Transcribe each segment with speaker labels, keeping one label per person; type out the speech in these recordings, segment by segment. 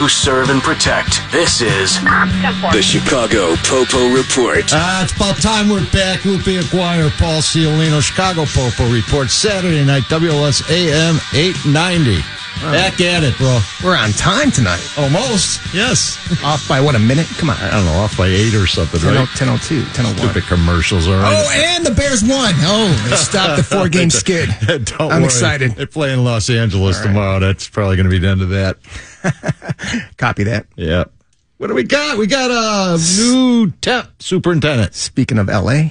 Speaker 1: who serve and protect. This is
Speaker 2: 10 for.
Speaker 3: The Chicago Popo Report.
Speaker 4: Ah, it's about time we're back. Lupe Aguirre, Paul Ciolino, Chicago Popo Report, Saturday night, WLS AM 890. Back at it, bro.
Speaker 5: We're on time tonight.
Speaker 4: Almost. Yes.
Speaker 5: Off by what, a minute? Come on. oh,
Speaker 4: I don't know, off by eight or something,
Speaker 5: 10,
Speaker 4: right?
Speaker 5: 1002, 1001.
Speaker 4: Stupid commercials, all right?
Speaker 5: Oh, and the Bears won. Oh, they stopped the four game skid.
Speaker 4: Don't
Speaker 5: I'm
Speaker 4: worry.
Speaker 5: excited.
Speaker 4: They're playing Los Angeles tomorrow. That's probably going to be the end of that.
Speaker 5: Copy that.
Speaker 4: Yeah. What do we got? We got a new temp superintendent.
Speaker 5: Speaking of LA,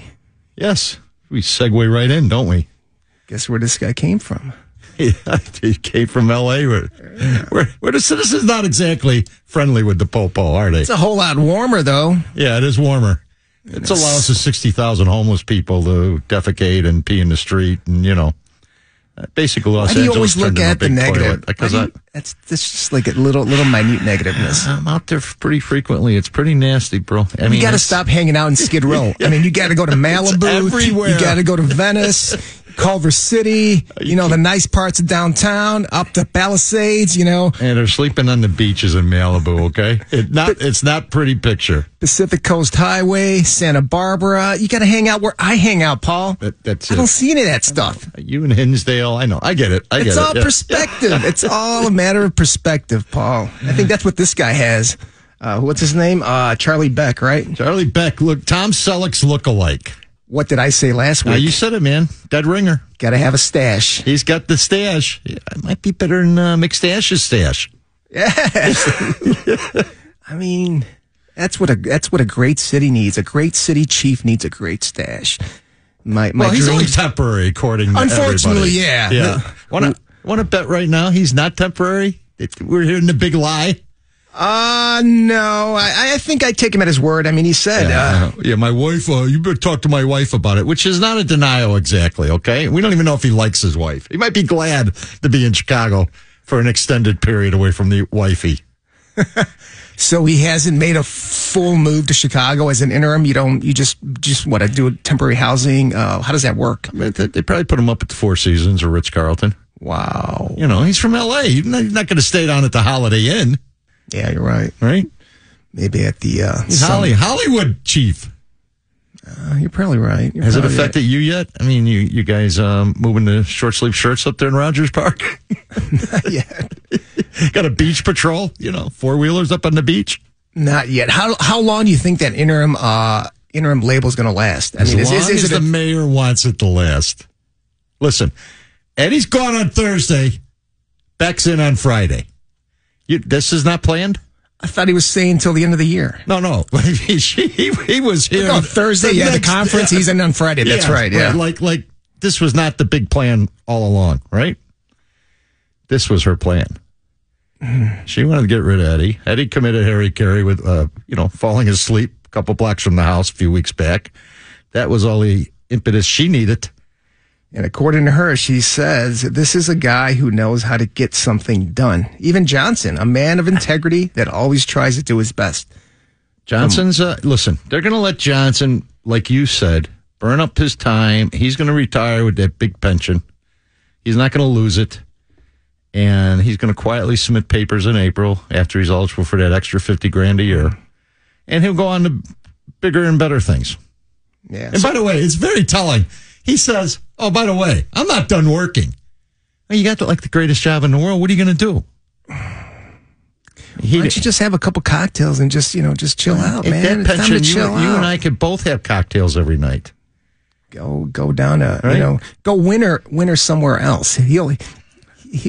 Speaker 4: Yes. We segue right in, don't we?
Speaker 5: guess where this guy came from?
Speaker 4: Yeah, he came from L.A. Where, where, where the citizens not exactly friendly with the popo, are they?
Speaker 5: It's a whole lot warmer, though.
Speaker 4: Yeah, it is warmer. It's allows the sixty thousand homeless people to defecate and pee in the street, and you know, uh, basically Los
Speaker 5: Why do you
Speaker 4: Angeles
Speaker 5: always look
Speaker 4: turned into a
Speaker 5: at the
Speaker 4: big
Speaker 5: negative?
Speaker 4: toilet. Because
Speaker 5: Why
Speaker 4: I,
Speaker 5: do you- that's, that's just like a little, little minute negativeness.
Speaker 4: I'm out there pretty frequently. It's pretty nasty, bro. I mean,
Speaker 5: you got to
Speaker 4: it's-
Speaker 5: stop hanging out in Skid Row. I mean, you got to go to Malibu.
Speaker 4: everywhere.
Speaker 5: You got to go to Venice, Culver City. You know the nice parts of downtown, up to Palisades. You know
Speaker 4: And they're sleeping on the beaches in Malibu. Okay, it not it's not pretty picture.
Speaker 5: Pacific Coast Highway, Santa Barbara. You got to hang out where I hang out, Paul.
Speaker 4: That- that's
Speaker 5: I
Speaker 4: it.
Speaker 5: don't see any of that stuff.
Speaker 4: You and Hinsdale, I know. I get it. I get
Speaker 5: It's
Speaker 4: it.
Speaker 5: all
Speaker 4: yeah.
Speaker 5: perspective. It's all a matter of perspective, Paul. I think that's what this guy has. Uh, what's his name? Uh, Charlie Beck, right?
Speaker 4: Charlie Beck, look, Tom Selleck's look-alike.
Speaker 5: What did I say last
Speaker 4: Now
Speaker 5: week?
Speaker 4: you said it, man. Dead ringer.
Speaker 5: got to have a stash.
Speaker 4: He's got the stash. It might be better than uh, McStash's stash.
Speaker 5: I mean, that's what a that's what a great city needs. A great city chief needs a great stash. My my
Speaker 4: Well, he's
Speaker 5: dream.
Speaker 4: only temporary, according to
Speaker 5: Unfortunately,
Speaker 4: everybody.
Speaker 5: yeah.
Speaker 4: Yeah. Want to want to bet right now he's not temporary? It- We're hearing the big lie.
Speaker 5: uh no, I, I think I take him at his word. I mean, he said uh,
Speaker 4: Uh, yeah, my wife. Uh, you better talk to my wife about it, which is not a denial exactly. Okay, we don't even know if he likes his wife. He might be glad to be in Chicago for an extended period away from the wifey.
Speaker 5: so he hasn't made a full move to Chicago as an interim. You don't you just just what I do temporary housing. Uh, how does that work?
Speaker 4: I mean, they they probably put him up at the Four Seasons or Ritz Carlton.
Speaker 5: Wow.
Speaker 4: You know, he's from L.A. He's not, going to stay down at the Holiday Inn,
Speaker 5: Yeah, you're right.
Speaker 4: right?
Speaker 5: Maybe at the uh,
Speaker 4: He's
Speaker 5: some-
Speaker 4: Holly, Hollywood chief. Oh,
Speaker 5: Uh, you're probably right. You're
Speaker 4: Has it
Speaker 5: probably
Speaker 4: affected you yet? I mean, you you guys um, moving to short sleeve shirts up there in Rogers Park?
Speaker 5: Right. yeah.
Speaker 4: Got a beach patrol, you know, four wheelers up on the beach.
Speaker 5: Not yet. How how long do you think that interim uh interim label is going to last? I
Speaker 4: As long as
Speaker 5: it
Speaker 4: the mayor wants it to last. Listen, Eddie's gone on Thursday. Beck's in on Friday. You, this is not planned.
Speaker 5: I thought he was saying till the end of the year.
Speaker 4: No, no. he, he, he was here
Speaker 5: On Thursday,
Speaker 4: the
Speaker 5: yeah,
Speaker 4: next-
Speaker 5: the conference. He's in on Friday. That's
Speaker 4: Yeah,
Speaker 5: right. Yeah.
Speaker 4: Like like this was not the big plan all along, right? This was her plan. She wanted to get rid of Eddie. Eddie committed Harry Carey with uh, you know, falling asleep a couple blocks from the house a few weeks back. That was all the impetus she needed.
Speaker 5: And according to her, she says this is a guy who knows how to get something done. Even Johnson, a man of integrity that always tries to do his best.
Speaker 4: Johnson's
Speaker 5: Um,
Speaker 4: uh, listen, they're gonna let Johnson, like you said, burn up his time. He's gonna retire with that big pension. He's not gonna lose it. And he's gonna quietly submit papers in April after he's eligible for that extra fifty grand a year. And he'll go on to bigger and better things.
Speaker 5: Yeah.
Speaker 4: And by the way, it's very telling. He says, Oh, by the way, I'm not done working. Well, you got like the greatest job in the world. What are you gonna do? He,
Speaker 5: Why don't you just have a couple cocktails and just you know just chill out,
Speaker 4: at
Speaker 5: man?
Speaker 4: that
Speaker 5: It's time
Speaker 4: pension,
Speaker 5: to
Speaker 4: you,
Speaker 5: chill out.
Speaker 4: you and I could both have cocktails every night.
Speaker 5: go go down a
Speaker 4: Right.
Speaker 5: you know go winter winter somewhere else. He'll he,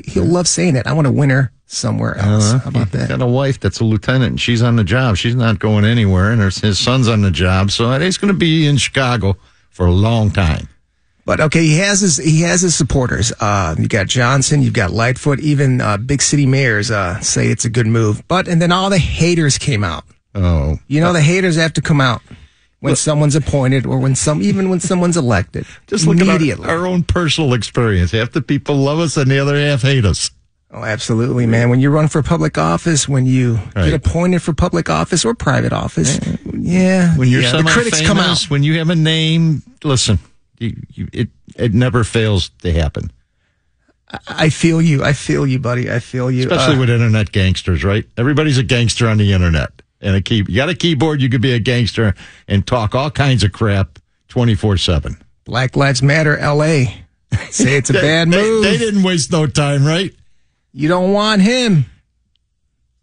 Speaker 5: he'll love saying it. I want to winter somewhere
Speaker 4: Uh-huh.
Speaker 5: else. How about that?
Speaker 4: Got a wife that's a lieutenant, and she's on the job. She's not going anywhere, and her, his son's on the job, so he's going to be in Chicago for a long time.
Speaker 5: But okay, he has his he has his supporters. Uh, you got Johnson, you've got Lightfoot, even uh, big city mayors uh, say it's a good move. But and then all the haters came out.
Speaker 4: Oh,
Speaker 5: You know, the haters have to come out when someone's appointed or when some even when someone's elected.
Speaker 4: just look at
Speaker 5: immediately.
Speaker 4: our, our own personal experience. Half the people love us, and the other half hate us.
Speaker 5: Oh, absolutely, man. When you run for public office, when you
Speaker 4: Right.
Speaker 5: get appointed for public office or private office, yeah,
Speaker 4: When you're
Speaker 5: yeah, the
Speaker 4: semi-famous,
Speaker 5: critics come out.
Speaker 4: when you have a name, listen, you, you, it it never fails to happen,
Speaker 5: I feel you. I feel you, buddy. I feel you.
Speaker 4: especially
Speaker 5: Uh,
Speaker 4: with internet gangsters, right? Everybody's a gangster on the internet, and a key. You got a keyboard, you could be a gangster and talk all kinds of crap twenty four seven.
Speaker 5: Black Lives Matter, L.A. Say it's a bad move.
Speaker 4: They, didn't waste no time, right?
Speaker 5: you don't want him.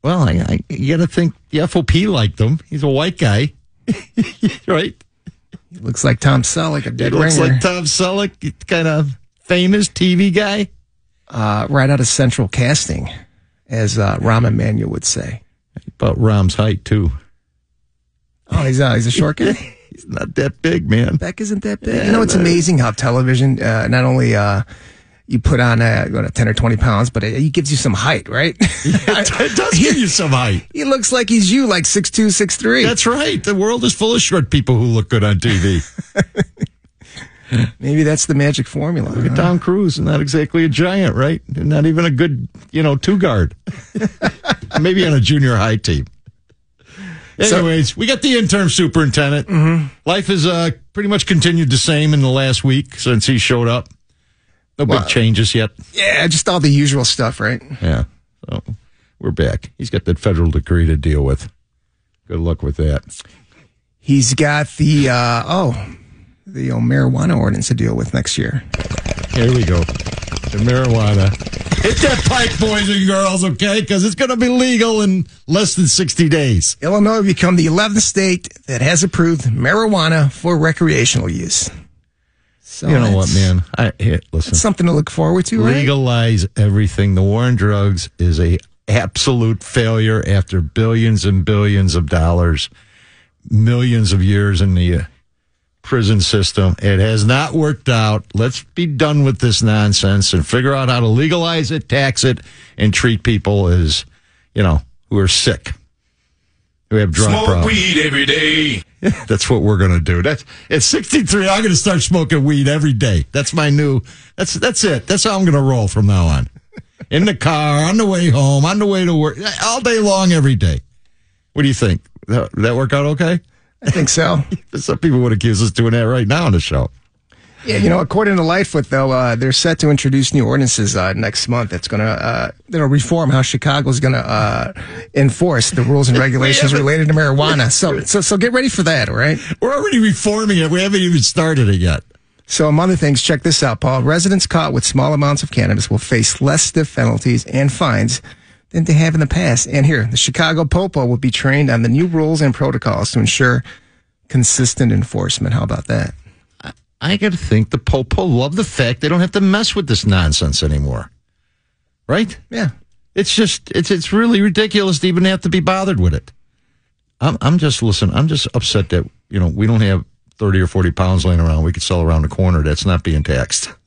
Speaker 4: Well, I, I, you got to think the FOP liked him. He's a white guy, right?
Speaker 5: It looks like Tom Selleck, a
Speaker 4: It
Speaker 5: dead
Speaker 4: looks
Speaker 5: ringer,
Speaker 4: like Tom Selleck, kind of famous TV guy.
Speaker 5: uh, right out of Central Casting, as uh, Rahm Emanuel would say.
Speaker 4: About Rom's height too.
Speaker 5: Oh, he's uh, he's a short guy.
Speaker 4: He's not that big, man.
Speaker 5: Beck isn't that big. you know, it's amazing how television uh, not only uh, you put on uh, you know, ten or twenty pounds, but it, it gives you some height, right?
Speaker 4: it does give you some height.
Speaker 5: he looks like he's you, like six two, six three.
Speaker 4: That's right. The world is full of short people who look good on TV.
Speaker 5: Maybe that's the magic formula.
Speaker 4: Look at
Speaker 5: huh?
Speaker 4: Tom Cruise, not exactly a giant, right? Not even a good, you know, two guard. Maybe on a junior high team. Anyways, we got the interim superintendent. Life has uh, pretty much continued the same in the last week since he showed up. No big changes yet.
Speaker 5: Yeah, just all the usual stuff, right?
Speaker 4: Yeah. So we're back. He's got that federal decree to deal with. Good luck with that.
Speaker 5: He's got the uh, oh, the old marijuana ordinance to deal with next year.
Speaker 4: Here we go. The marijuana. Hit that pipe, boys and girls, okay? Because it's going to be legal in less than 60 days.
Speaker 5: Illinois will become the 11th state that has approved marijuana for recreational use. So
Speaker 4: You know what,
Speaker 5: it's-
Speaker 4: man? I hit. Listen,
Speaker 5: It's something to look forward to, right?
Speaker 4: legalize everything. The war on drugs is a absolute failure after billions and billions of dollars, millions of years in the uh, prison system. It has not worked out. Let's be done with this nonsense and figure out how to legalize it, tax it, and treat people as, you know, who are sick, who have drug problems.
Speaker 6: weed every day.
Speaker 4: That's what we're gonna do. That's at 63. I'm gonna start smoking weed every day. That's my new. That's that's it. That's how I'm gonna roll from now on. In the car, on the way home, on the way to work, all day long, every day. What do you think? That, that work out okay?
Speaker 5: I think so.
Speaker 4: Some people would accuse us doing that right now on the show.
Speaker 5: Yeah, you know, according to Lightfoot, though, uh, they're set to introduce new ordinances uh, next month. That's going to uh, that'll reform how Chicago's going to uh, enforce the rules and regulations related to marijuana. So, so, so get ready for that, all right?
Speaker 4: We're already reforming it. We haven't even started it yet.
Speaker 5: So, among other things, check this out, Paul. Residents caught with small amounts of cannabis will face less stiff penalties and fines than they have in the past. And here, the Chicago Popo will be trained on the new rules and protocols to ensure consistent enforcement. How about that?
Speaker 4: I gotta think the popo love the fact they don't have to mess with this nonsense anymore. Right?
Speaker 5: Yeah.
Speaker 4: It's just it's it's really ridiculous to even have to be bothered with it. I'm I'm just listen. I'm just upset that you know we don't have thirty or forty pounds laying around. We could sell around the corner. That's not being taxed.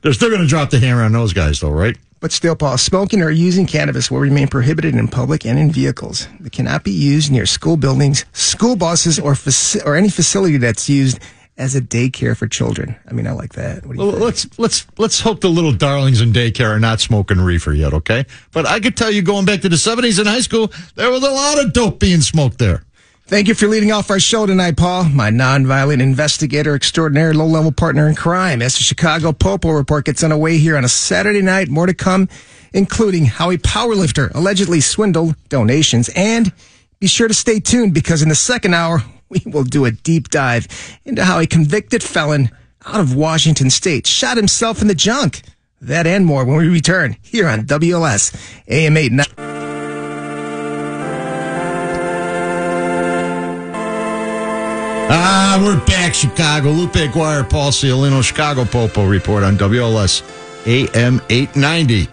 Speaker 4: They're still going to drop the hammer on those guys, though, right?
Speaker 5: But still, Paul, smoking or using cannabis will remain prohibited in public and in vehicles. It cannot be used near school buildings, school buses, or faci- or any facility that's used as a daycare for children. I mean, I like that. What do you
Speaker 4: Well,
Speaker 5: think?
Speaker 4: let's let's let's hope the little darlings in daycare are not smoking reefer yet, okay? But I could tell you, going back to the seventies in high school, there was a lot of dope being smoked there.
Speaker 5: Thank you for leading off our show tonight, Paul. My nonviolent investigator extraordinaire, low level partner in crime. As the Chicago Popo report gets underway here on a Saturday night, more to come, including how a powerlifter allegedly swindled donations. And be sure to stay tuned because in the second hour, we will do a deep dive into how a convicted felon out of Washington state shot himself in the junk. That and more when we return here on WLS AM 8.
Speaker 4: Ah, we're back, Chicago. Lupe Aguirre, Paul Ciolino, Chicago Popo report on WLS AM 890.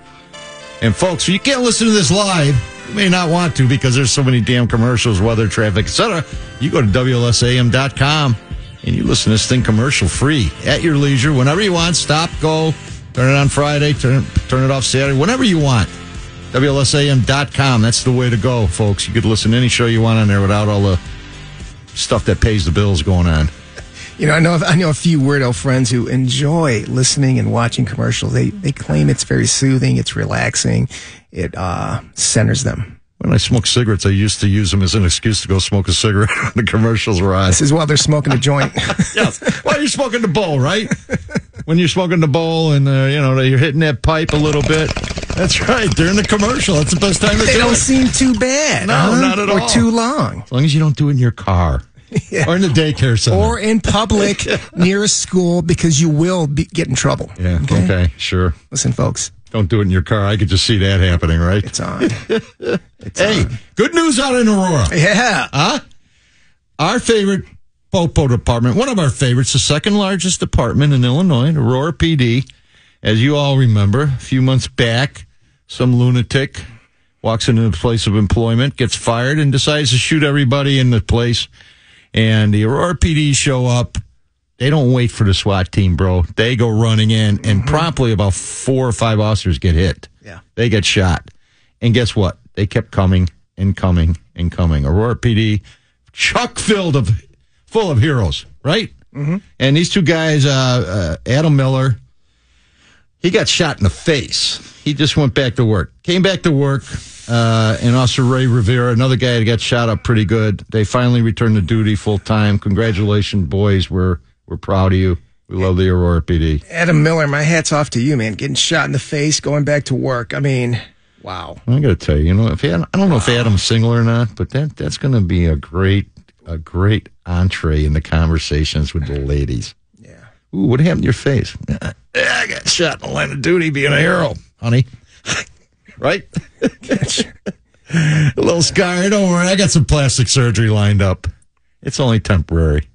Speaker 4: And folks, you can't listen to this live. You may not want to because there's so many damn commercials, weather, traffic, etc. You go to WLSAM.com And you listen to this thing commercial free at your leisure, whenever you want. Stop, go, turn it on Friday, turn turn it off Saturday, whenever you want. WLSAM.com. That's the way to go, folks. You could listen to any show you want on there without all the stuff that pays the bills going on.
Speaker 5: You know, I know I know a few weirdo friends who enjoy listening and watching commercials. They they claim it's very soothing, it's relaxing, it uh, centers them.
Speaker 4: When I smoked cigarettes, I used to use them as an excuse to go smoke a cigarette when the commercials were on.
Speaker 5: This is while they're smoking a joint.
Speaker 4: yes. Well, you're smoking the bowl, right? When you're smoking the bowl and, uh, you know, you're hitting that pipe a little bit. That's right. During the commercial, that's the best time to
Speaker 5: they
Speaker 4: do
Speaker 5: don't
Speaker 4: it.
Speaker 5: seem too bad.
Speaker 4: No,
Speaker 5: huh?
Speaker 4: not at
Speaker 5: or
Speaker 4: all.
Speaker 5: Or too long.
Speaker 4: as long as you don't do it in your car
Speaker 5: Yeah.
Speaker 4: or in the daycare center.
Speaker 5: Or in public near a school because you will be, get in trouble.
Speaker 4: yeah, okay. sure.
Speaker 5: Listen, folks,
Speaker 4: Don't do it in your car. I could just see that happening, right?
Speaker 5: it's on.
Speaker 4: hey, good news out in Aurora.
Speaker 5: yeah.
Speaker 4: Our favorite Popo department, one of our favorites, the second largest department in Illinois, Aurora PD. As you all remember, a few months back, some lunatic walks into the place of employment, gets fired, and decides to shoot everybody in the place. And the Aurora PD show up. They don't wait for the SWAT team, bro. They go running in, and promptly about four or five officers get hit.
Speaker 5: Yeah.
Speaker 4: They get shot. And guess what? They kept coming and coming and coming. Aurora PD, chuck filled of full of heroes, right? Mm-hmm. And these two guys, uh, uh, Adam Miller, he got shot in the face. He just went back to work. Came back to work, uh, and also Ray Rivera, another guy that got shot up pretty good. They finally returned to duty full time. Congratulations, boys. We're we're proud of you. We love the Aurora PD.
Speaker 5: Adam Miller, my hat's off to you, man. Getting shot in the face, going back to work. I mean, wow.
Speaker 4: I got to tell you, you know, if Adam, I don't know if Adam's single or not, but that that's going to be a great a great entree in the conversations with the ladies.
Speaker 5: Yeah.
Speaker 4: Ooh, what happened to your face? "Eh, I got shot in the line of duty being a hero, honey. right? a little scar. Don't worry. I got some plastic surgery lined up. It's only temporary.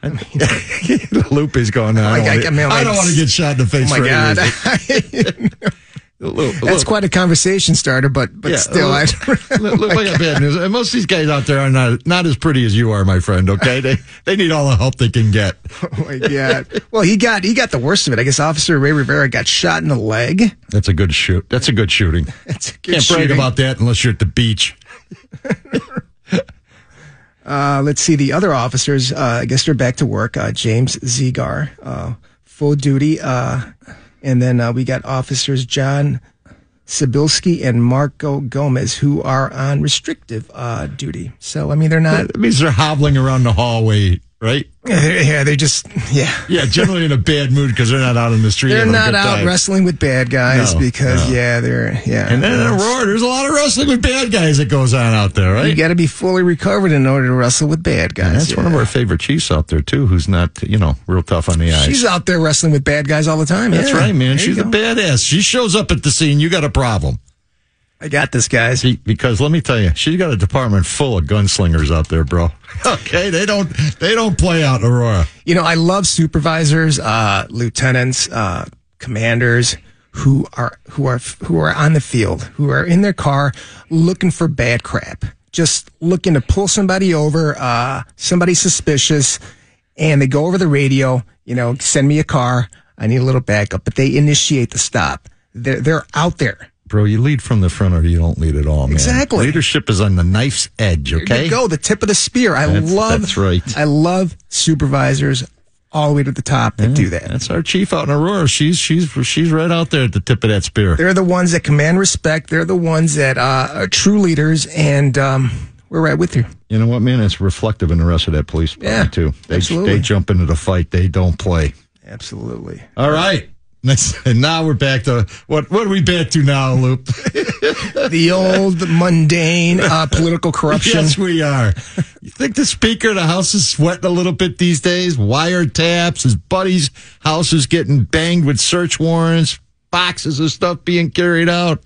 Speaker 4: the loop is gone now. I
Speaker 5: Like, I-
Speaker 4: don't
Speaker 5: I mean,
Speaker 4: wanna- I don't
Speaker 5: like-
Speaker 4: want to get shot in the face.
Speaker 5: Oh my
Speaker 4: for any
Speaker 5: God.
Speaker 4: reason. A little- a
Speaker 5: That's
Speaker 4: little-
Speaker 5: quite a conversation starter, but but
Speaker 4: yeah,
Speaker 5: still, I
Speaker 4: look, look, look at bad news. And most of these guys out there are not not as pretty as you are, my friend. Okay, they they need all the help they can get.
Speaker 5: oh my god. Well, he got he got the worst of it. I guess Officer Ray Rivera got shot in the leg.
Speaker 4: That's a good shoot. That's a good shooting.
Speaker 5: That's a good
Speaker 4: Can't brag
Speaker 5: shooting.
Speaker 4: about that unless you're at the beach.
Speaker 5: Uh, let's see the other officers. Uh, I guess they're back to work. Uh, James Zegar, uh, full duty, uh, and then uh, we got officers John Sibilski and Marco Gomez who are on restrictive uh, duty. So I mean, they're not.
Speaker 4: That means they're hobbling around the hallway, right?
Speaker 5: Yeah, they're just yeah.
Speaker 4: Yeah, generally in a bad mood because they're not out in the street.
Speaker 5: They're
Speaker 4: having a
Speaker 5: not
Speaker 4: good
Speaker 5: out
Speaker 4: time.
Speaker 5: wrestling with bad guys
Speaker 4: No,
Speaker 5: because
Speaker 4: no.
Speaker 5: yeah, they're yeah.
Speaker 4: And then in Aurora, there's a lot of wrestling with bad guys that goes on out there, right?
Speaker 5: You got to be fully recovered in order to wrestle with bad guys.
Speaker 4: That's one of our favorite chiefs out there too, who's not you know real tough on the eyes.
Speaker 5: She's out there wrestling with bad guys all the time.
Speaker 4: That's
Speaker 5: yeah.
Speaker 4: right, man.
Speaker 5: There you
Speaker 4: She's a
Speaker 5: go.
Speaker 4: badass. She shows up at the scene. You got a problem.
Speaker 5: I got this, guys.
Speaker 4: Be- because let me tell you, she's got a department full of gunslingers out there, bro. Okay, they don't they don't play out in Aurora.
Speaker 5: You know, I love supervisors, uh, lieutenants, uh, commanders who are who are who are on the field, who are in their car looking for bad crap, just looking to pull somebody over, uh, somebody suspicious, and they go over the radio. You know, send me a car. I need a little backup, but they initiate the stop. They're they're out there.
Speaker 4: Bro, you lead from the front or you don't lead at all, man.
Speaker 5: Exactly.
Speaker 4: Leadership is on the knife's edge,
Speaker 5: There
Speaker 4: okay?
Speaker 5: you go. The tip of the spear. I
Speaker 4: That's-
Speaker 5: love.
Speaker 4: that's right.
Speaker 5: I love supervisors all the way to the top that do that.
Speaker 4: That's our chief out in Aurora. She's she's she's right out there at the tip of that spear.
Speaker 5: They're the ones that command respect. They're the ones that uh, are true leaders, and um, we're right with you.
Speaker 4: You know what, man? It's reflective in the rest of that police department
Speaker 5: Yeah,
Speaker 4: too. They
Speaker 5: absolutely.
Speaker 4: they jump into the fight. They don't play.
Speaker 5: Absolutely.
Speaker 4: All right. Next, and now we're back to what what are we back to now, Loop?
Speaker 5: The old mundane uh, political corruption.
Speaker 4: Yes, we are. You think the Speaker of the House is sweating a little bit these days? Wiretaps, his buddy's house is getting banged with search warrants, boxes of stuff being carried out.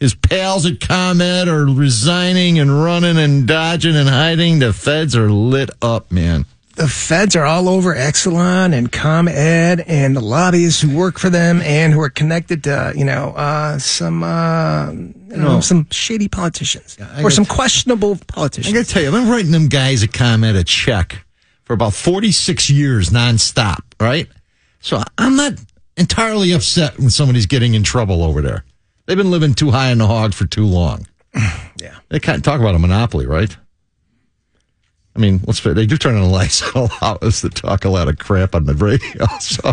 Speaker 4: His pals at ComEd are resigning and running and dodging and hiding. The feds are lit up, man.
Speaker 5: The feds are all over Exelon and ComEd and the lobbyists who work for them and who are connected to, you know, uh, some uh, you know, some shady politicians or some questionable
Speaker 4: I
Speaker 5: politicians.
Speaker 4: gotta tell you, I've been writing them guys at ComEd a check for about 46 years nonstop, right? So I'm not entirely upset when somebody's getting in trouble over there. They've been living too high in the hog for too long.
Speaker 5: Yeah.
Speaker 4: They can't talk about a monopoly, right? I mean, let's face it, they do turn on the lights and allow us to talk a lot of crap on the radio. So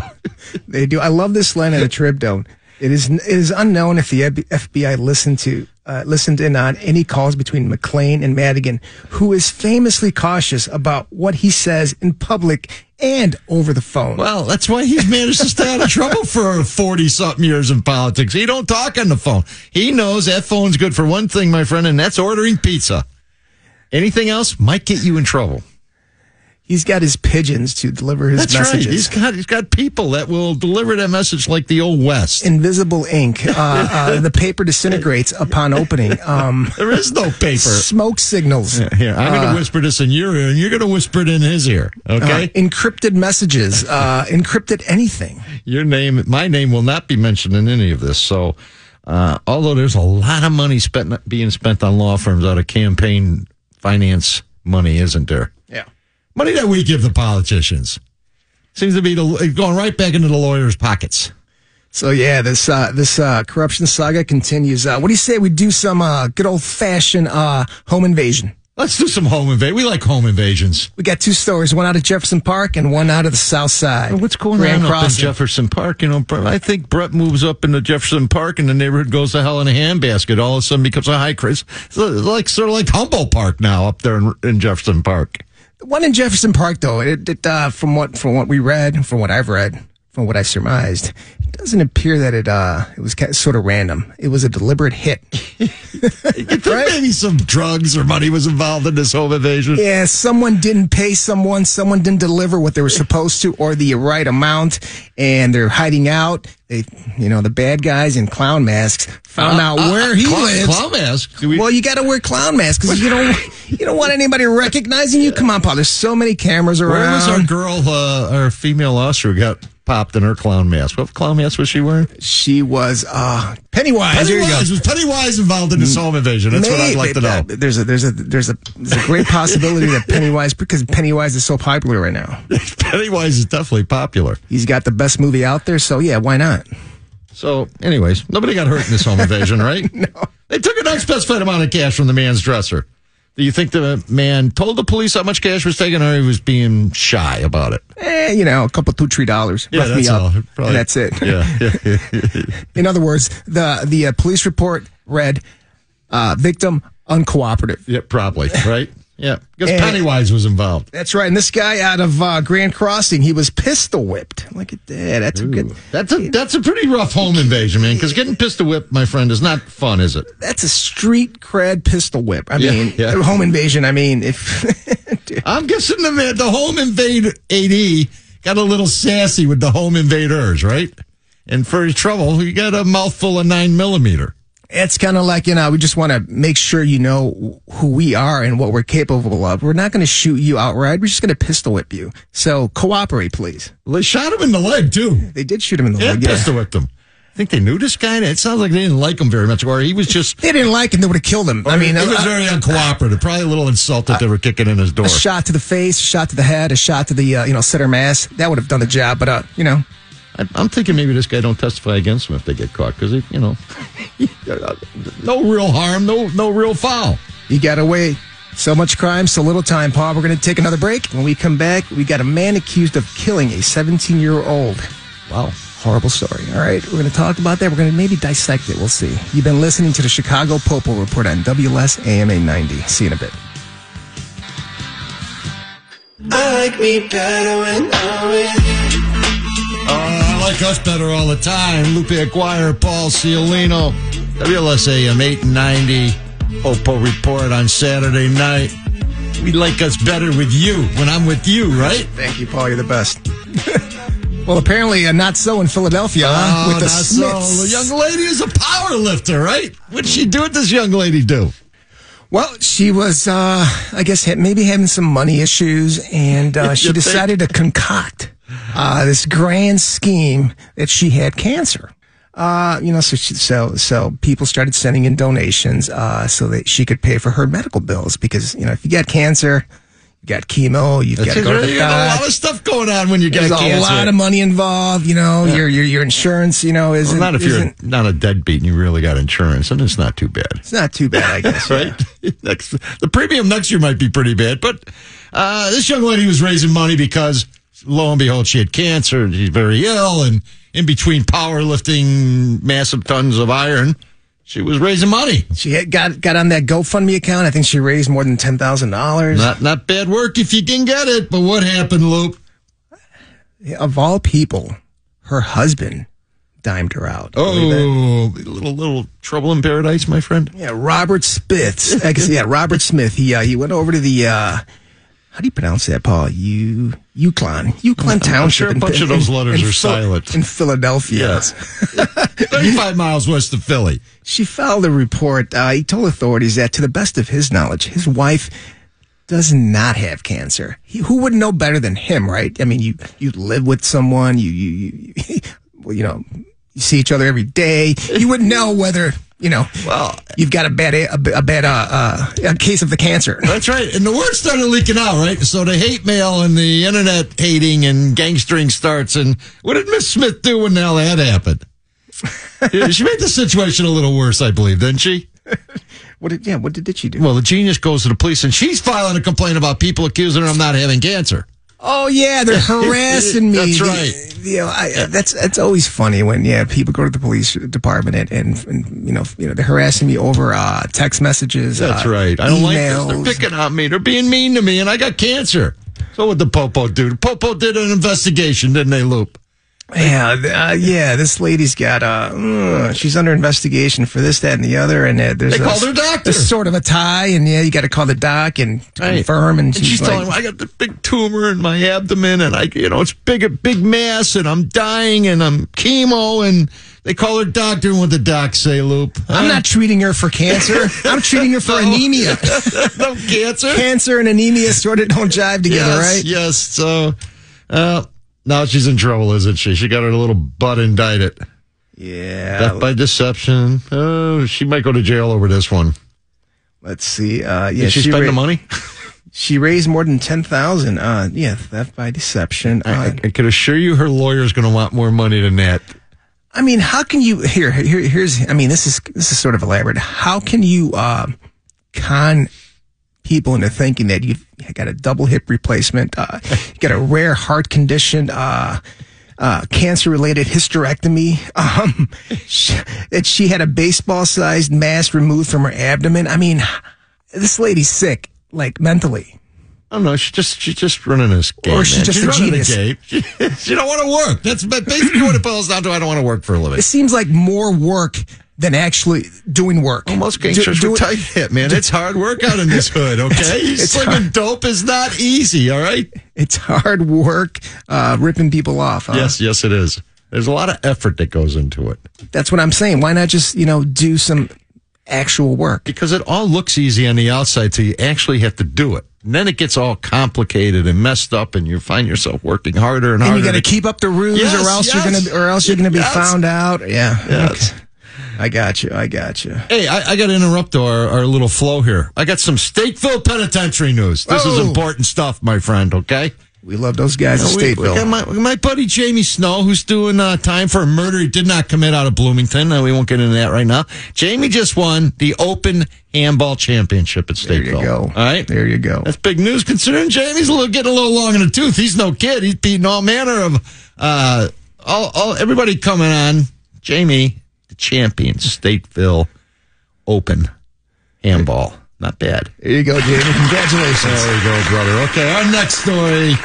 Speaker 5: They do. I love this line of the trib down. It is it is unknown if the FBI listened to uh, listened in on any calls between McLean and Madigan, who is famously cautious about what he says in public and over the phone.
Speaker 4: Well, that's why he's managed to stay out of trouble for 40 something years in politics. He don't talk on the phone. He knows that phone's good for one thing, my friend, and that's ordering pizza. Anything else might get you in trouble.
Speaker 5: He's got his pigeons to deliver his
Speaker 4: That's
Speaker 5: messages.
Speaker 4: right. He's got he's got people that will deliver that message like the old west.
Speaker 5: Invisible ink. Uh, uh, the paper disintegrates upon opening. Um,
Speaker 4: There is no paper.
Speaker 5: smoke signals.
Speaker 4: Here, I'm going to whisper this in your ear, and you're going to whisper it in his ear. Okay,
Speaker 5: Uh, encrypted messages. Uh, encrypted anything.
Speaker 4: your name, my name, will not be mentioned in any of this. So, uh, although there's a lot of money spent being spent on law firms out of campaign finance money, isn't there?
Speaker 5: Yeah.
Speaker 4: Money that we give the politicians seems to be the, going right back into the lawyers' pockets.
Speaker 5: So yeah, this uh, this uh, corruption saga continues. Uh, what do you say we do some uh, good old fashioned uh, home invasion?
Speaker 4: Let's do some home invasion. We like home invasions.
Speaker 5: We got two stories, one out of Jefferson Park and one out of the South Side.
Speaker 4: What's going
Speaker 5: Grand
Speaker 4: on up in
Speaker 5: Crossing.
Speaker 4: Jefferson Park? You know, Brett, I think Brett moves up into Jefferson Park, and the neighborhood goes to hell in a handbasket. All of a sudden, becomes a high craze. It's like sort of like Humboldt Park now up there in, in Jefferson Park.
Speaker 5: The one in Jefferson Park, though, it, it, uh, from what from what we read, from what I've read, from what I surmised, it doesn't appear that it uh, it was kind sort of random. It was a deliberate hit.
Speaker 4: There Maybe some drugs or money was involved in this home invasion.
Speaker 5: Yeah, someone didn't pay someone, someone didn't deliver what they were supposed to or the right amount, and they're hiding out. They, you know, the bad guys in clown masks found out where he
Speaker 4: Uh, Clown-
Speaker 5: lives.
Speaker 4: clown mask. Do we-
Speaker 5: well, you got to wear clown masks because you don't you don't want anybody recognizing you. Come on, Paul. There's so many cameras around.
Speaker 4: where was our girl, uh, our female officer, who got popped in her clown mask? What clown mask was she wearing?
Speaker 5: she was uh, Pennywise. There you go.
Speaker 4: Pennywise. Was Pennywise involved in this home invasion? That's what I'd like to
Speaker 5: Mm. Maybe-
Speaker 4: know.
Speaker 5: There's a there's a there's a there's a great possibility that Pennywise because Pennywise is so popular right now.
Speaker 4: Pennywise is definitely popular.
Speaker 5: He's got the best movie out there, so yeah, why not?
Speaker 4: So, anyways, nobody got hurt in this home invasion, right? no. They took an unspecified amount of cash from the man's dresser. Do you think the man told the police how much cash was taken, or he was being shy about it?
Speaker 5: eh, you know, a couple two three dollars. rough me up, and that's it.
Speaker 4: Yeah, yeah, yeah.
Speaker 5: In other words, the the uh, police report read, uh, "Victim uncooperative."
Speaker 4: yeah, probably, right? Yeah, because
Speaker 5: And-
Speaker 4: Pennywise was involved.
Speaker 5: That's right. And this guy out of uh, Grand Crossing, he was pistol whipped. Look at that. That's a good.
Speaker 4: That's a that's a pretty rough home invasion, man. Because getting pistol whipped, my friend, is not fun, is it?
Speaker 5: That's a street cred pistol whip. I
Speaker 4: Yeah,
Speaker 5: mean,
Speaker 4: yeah.
Speaker 5: home invasion. I mean, if dude,
Speaker 4: I'm guessing the man, the home invade AD got a little sassy with the home invaders, right? And for his trouble, he got a mouthful of nine millimeter.
Speaker 5: it's kind of like you know, we just want to make sure you know who we are and what we're capable of. We're not going to shoot you outright. We're just going to pistol whip you. So cooperate, please.
Speaker 4: They shot him in the leg too.
Speaker 5: They did shoot him in the
Speaker 4: And
Speaker 5: leg. yeah.
Speaker 4: pistol whipped him. I think they knew this guy. and It sounds like they didn't like him very much, or he was just.
Speaker 5: They didn't like him. They would have killed him. I mean,
Speaker 4: he was
Speaker 5: a,
Speaker 4: very uncooperative. Probably a little insulted they were kicking in his door.
Speaker 5: a shot to the face, a shot to the head, a shot to the uh, you know center mass. That would have done the job. But uh, you know,
Speaker 4: I- I'm thinking maybe this guy don't testify against him if they get caught because you know, no real harm, no no real foul.
Speaker 5: you got to wait. So much crime, so little time, Paul. We're going to take another break. When we come back, we got a man accused of killing a 17 year old.
Speaker 4: Wow.
Speaker 5: Horrible story. All right, we're going to talk about that. We're going to maybe dissect it. We'll see. You've been listening to the Chicago Popo Report on WLS AMA 90. See you in a bit.
Speaker 7: I like me better when I'm with you.
Speaker 4: Uh, I like us better all the time. Lupe Aguirre, Paul Ciolino, WLSAM 890, Oppo Report on Saturday night. We like us better with you when I'm with you, right?
Speaker 5: Thank you, Paul. You're the best. well, apparently, uh, not so in Philadelphia huh? with the
Speaker 4: Oh, not so.
Speaker 5: Smiths.
Speaker 4: Ah, The young lady is a power lifter, right? What'd she do? What this young lady do?
Speaker 5: Well, she was, uh, I guess, ha- maybe having some money issues, and uh, she
Speaker 4: You think?
Speaker 5: decided to concoct uh, this grand scheme that she had cancer. Uh, you know, so she, so so people started sending in donations uh, so that she could pay for her medical bills because you know if you get cancer, You got chemo. You've got to go to the
Speaker 4: you got a lot
Speaker 5: doc.
Speaker 4: of stuff going on when you get
Speaker 5: There's a
Speaker 4: cancer.
Speaker 5: lot of money involved. You know, your your your insurance. You know, isn't
Speaker 4: Well, not if you're
Speaker 5: isn't-
Speaker 4: not a deadbeat and you really got insurance, and it's not too bad,
Speaker 5: It's not too bad, I guess.
Speaker 4: right? next, the premium next year might be pretty bad, but uh, this young lady was raising money because, lo and behold, she had cancer and she's very ill, and in between powerlifting massive tons of iron, she was raising money.
Speaker 5: She had got got on that GoFundMe account. I think she raised more than ten thousand dollars.
Speaker 4: Not not bad work if you can get it. But what happened, Luke?
Speaker 5: Of all people, her husband dimed her out. Believe it.
Speaker 4: Oh, little little trouble in paradise, my friend.
Speaker 5: yeah, Robert Smith. I guess yeah, Robert Smith. He uh, he went over to the. Uh, how do you pronounce that, Paul? You Yukon, Yukon Township.
Speaker 4: sure a
Speaker 5: in-
Speaker 4: bunch of those letters are
Speaker 5: Phil-
Speaker 4: silent.
Speaker 5: In Philadelphia,
Speaker 4: thirty-five miles west of Philly.
Speaker 5: She filed a report. Uh, he told authorities that, to the best of his knowledge, his wife does not have cancer. He, who would know better than him, right? I mean, you you live with someone, you you you, well, you know, you see each other every day. You would know whether you know. Well, you've got a bad a, a bad uh, uh, a case of the cancer.
Speaker 4: That's right. And the word started leaking out, right? So the hate mail and the internet hating and gangstering starts. And what did Miss Smith do when all that happened? Yeah, she made the situation a little worse, I believe, didn't she?
Speaker 5: What did yeah? What did, did she do?
Speaker 4: Well, the genius goes to the police and she's filing a complaint about people accusing her of not having cancer.
Speaker 5: Oh yeah, they're harassing me.
Speaker 4: That's
Speaker 5: The-
Speaker 4: right.
Speaker 5: You know, I, uh, that's that's always funny when yeah people go to the police department and, and, and you know you know they're harassing me over uh, text messages.
Speaker 4: That's
Speaker 5: uh,
Speaker 4: right. I don't like
Speaker 5: emails.
Speaker 4: this. They're picking on me. They're being mean to me, and I got cancer. So what did the Popo do? The Popo did an investigation, didn't they, Loop?
Speaker 5: Yeah, th- uh, yeah. This lady's got uh, mm, she's under investigation for this, that, and the other. And uh, there's
Speaker 4: They
Speaker 5: a,
Speaker 4: called her doctor.
Speaker 5: There's sort of a tie, and yeah, you got to call the doc and to
Speaker 4: Right.
Speaker 5: confirm. And,
Speaker 4: she's, telling him,
Speaker 5: like,
Speaker 4: I got the big tumor in my abdomen, and I, you know, it's big, a big mass, and I'm dying, and I'm chemo, and they call her doctor, and what the doc say, Loop?
Speaker 5: I'm not treating her for cancer. I'm treating her for anemia.
Speaker 4: no cancer.
Speaker 5: cancer and anemia sort of don't jive together,
Speaker 4: yes,
Speaker 5: right?
Speaker 4: Yes. So uh, now she's in trouble, isn't she? She got her little butt indicted.
Speaker 5: Yeah.
Speaker 4: Death by deception. Oh, she might go to jail over this one.
Speaker 5: Let's see. Uh, yeah,
Speaker 4: Did she, spend
Speaker 5: ra-
Speaker 4: the money?
Speaker 5: She raised more than ten thousand. Uh, yeah, theft by deception.
Speaker 4: I,
Speaker 5: Uh,
Speaker 4: I could assure you her lawyer's going to want more money than that.
Speaker 5: I mean, how can you here? Here, here's. I mean, this is this is sort of elaborate. How can you uh, con people into thinking that you've got a double hip replacement, uh, you got a rare heart condition, uh, uh, cancer related hysterectomy, um, sh that she had a baseball sized mass removed from her abdomen? I mean, this lady's sick, like mentally.
Speaker 4: I don't know. She's just she's just running this game.
Speaker 5: Or she's
Speaker 4: man.
Speaker 5: just a
Speaker 4: running
Speaker 5: genius.
Speaker 4: game. She, she don't want to work. That's ba- basically what it boils down to. I don't want to work for a living.
Speaker 5: it seems like more work than actually doing work.
Speaker 4: Well, most gangsters
Speaker 5: Do- do
Speaker 4: were
Speaker 5: it-
Speaker 4: tight hit, man. it's hard work out in this hood. Okay,
Speaker 5: it's
Speaker 4: slipping
Speaker 5: hard. Uh-huh.
Speaker 4: dope is not easy. All right.
Speaker 5: It's hard work uh, ripping people off. huh?
Speaker 4: Yes, yes, it is. There's a lot of effort that goes into it
Speaker 5: That's what I'm saying. Why not just, you know, do some actual work?
Speaker 4: because it all looks easy on the outside till you actually have to do it. And then it gets all complicated and messed up, and you find yourself working harder and harder.
Speaker 5: And you got to
Speaker 4: to-
Speaker 5: keep up the ruse
Speaker 4: Yes,
Speaker 5: or else you're
Speaker 4: yes.
Speaker 5: going to or else you're going to be
Speaker 4: Yes.
Speaker 5: found out. Yeah.
Speaker 4: Yes.
Speaker 5: Okay. I got you. I got you.
Speaker 4: Hey, I, I got to interrupt our, our little flow here. I got some Stateville Penitentiary news. This is
Speaker 5: Oh.
Speaker 4: important stuff, my friend, okay?
Speaker 5: We love those guys at
Speaker 4: We- we got
Speaker 5: Stateville.
Speaker 4: my, my buddy Jamie Snow, who's doing uh, time for a murder he did not commit out of Bloomington. Uh, we won't get into that right now. Jamie just won the Open Handball Championship at Stateville.
Speaker 5: There you go.
Speaker 4: All right?
Speaker 5: There you go.
Speaker 4: That's big news considering Jamie's a little, getting a little long in the tooth. He's no kid. He's beating all manner of uh, all, all everybody coming on. Jamie, the champion, Stateville Open handball. Not bad.
Speaker 5: There you go, Jamie. Congratulations.
Speaker 4: There you go, brother. Okay, our next story. A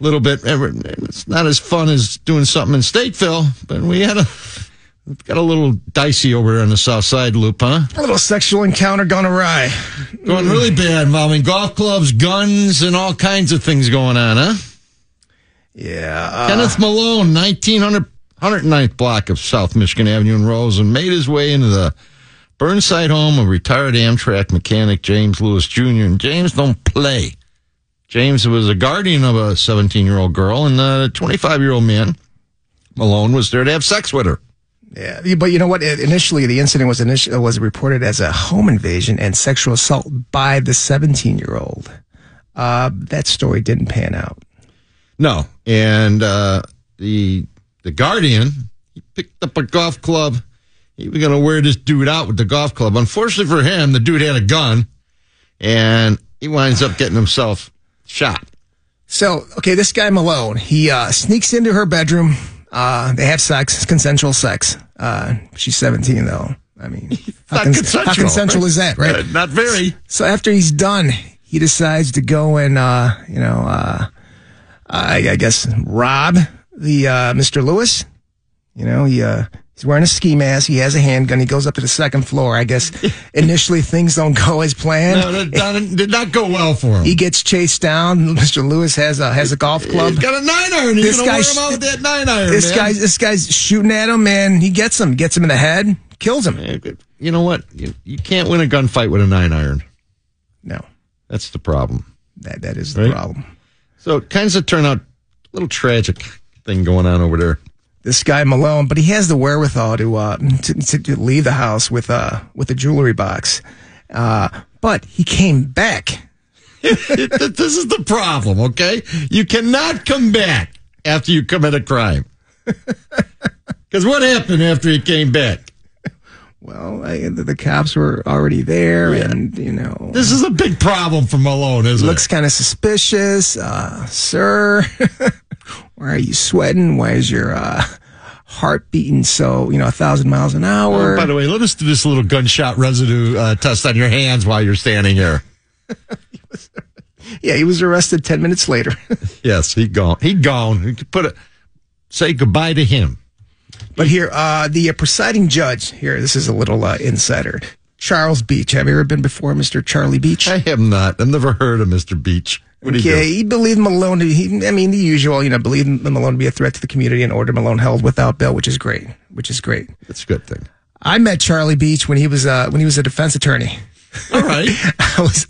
Speaker 4: little bit. It's not as fun as doing something in Stateville, but we had a got a little dicey over there on the south side loop, huh?
Speaker 5: A little sexual encounter gone awry.
Speaker 4: Going really bad, involving golf clubs, guns, and all kinds of things going on, huh?
Speaker 5: Yeah. uh,
Speaker 4: Kenneth Malone, 1900, 109th block of South Michigan Avenue in Roseland, made his way into the Burnside home of retired Amtrak mechanic James Lewis Jr. And James don't play. James was a guardian of a 17 year old girl, and the 25 year old man, Malone, was there to have sex with her.
Speaker 5: Yeah, you- but you know what? It- Initially, the incident was initi- uh, was reported as a home invasion and sexual assault by the 17 year old. Uh, that story didn't pan out.
Speaker 4: No, and uh, the the Guardian he picked up a golf club. He was going to wear this dude out with the golf club. Unfortunately for him, the dude had a gun, and he winds up getting himself shot.
Speaker 5: So, okay, this guy Malone, he uh, sneaks into her bedroom. Uh, they have sex. It's consensual sex. Uh, she's 17, though. I mean, how,
Speaker 4: Not
Speaker 5: cons-
Speaker 4: consensual.
Speaker 5: how consensual is that, right?
Speaker 4: Uh, not very.
Speaker 5: So after he's done, he decides to go and, uh, you know, uh, I, I guess rob the uh, Mr. Lewis. You know, he uh, he's wearing a ski mask. He has a handgun. He goes up to the second floor. I guess initially things don't go as planned.
Speaker 4: No, that, that did not go well for him.
Speaker 5: He gets chased down. Mr. Lewis has a has a golf club.
Speaker 4: He's got a nine iron. He's
Speaker 5: This
Speaker 4: going to wear
Speaker 5: guy's-
Speaker 4: him out with that nine iron.
Speaker 5: This
Speaker 4: man.
Speaker 5: guy's this guy's shooting at him, and he gets him, gets him in the head, kills him.
Speaker 4: You know what? You, you can't win a gunfight with a nine iron.
Speaker 5: No,
Speaker 4: That's the problem.
Speaker 5: that that is the
Speaker 4: Right.
Speaker 5: problem.
Speaker 4: So it kinds of turn out a little tragic thing going on over there.
Speaker 5: this guy Malone, but he has the wherewithal to uh to, to, to leave the house with uh with a jewelry box. Uh, but he came back.
Speaker 4: Th- this is the problem, okay? You cannot come back after you commit a crime. Because what happened after he came back?
Speaker 5: Well, I, the, the cops were already there, and you know,
Speaker 4: This is a big problem for Malone, isn't
Speaker 5: looks
Speaker 4: it?
Speaker 5: kind of suspicious. Uh, sir, why are you sweating? Why is your uh heart beating so you know a thousand miles an hour?
Speaker 4: Oh, by the way, let us do this little gunshot residue uh, test on your hands while you're standing here.
Speaker 5: yeah, he was arrested ten minutes later.
Speaker 4: Yes, he gone. He gone. You could put a, say goodbye to him.
Speaker 5: But here, uh, the uh, presiding judge here, this is a little uh, insider. Charles Beach. Have you ever been before Mr. Charlie Beach?
Speaker 4: I have not. I've never heard of Mr. Beach. What do you
Speaker 5: Okay,
Speaker 4: do?
Speaker 5: he believed Malone. To, he, I mean, the usual, you know, believed Malone to be a threat to the community and ordered Malone held without bail, which is great. Which is great.
Speaker 4: That's a good thing.
Speaker 5: I met Charlie Beach when he was uh, when he was a defense attorney.
Speaker 4: All right.
Speaker 5: I was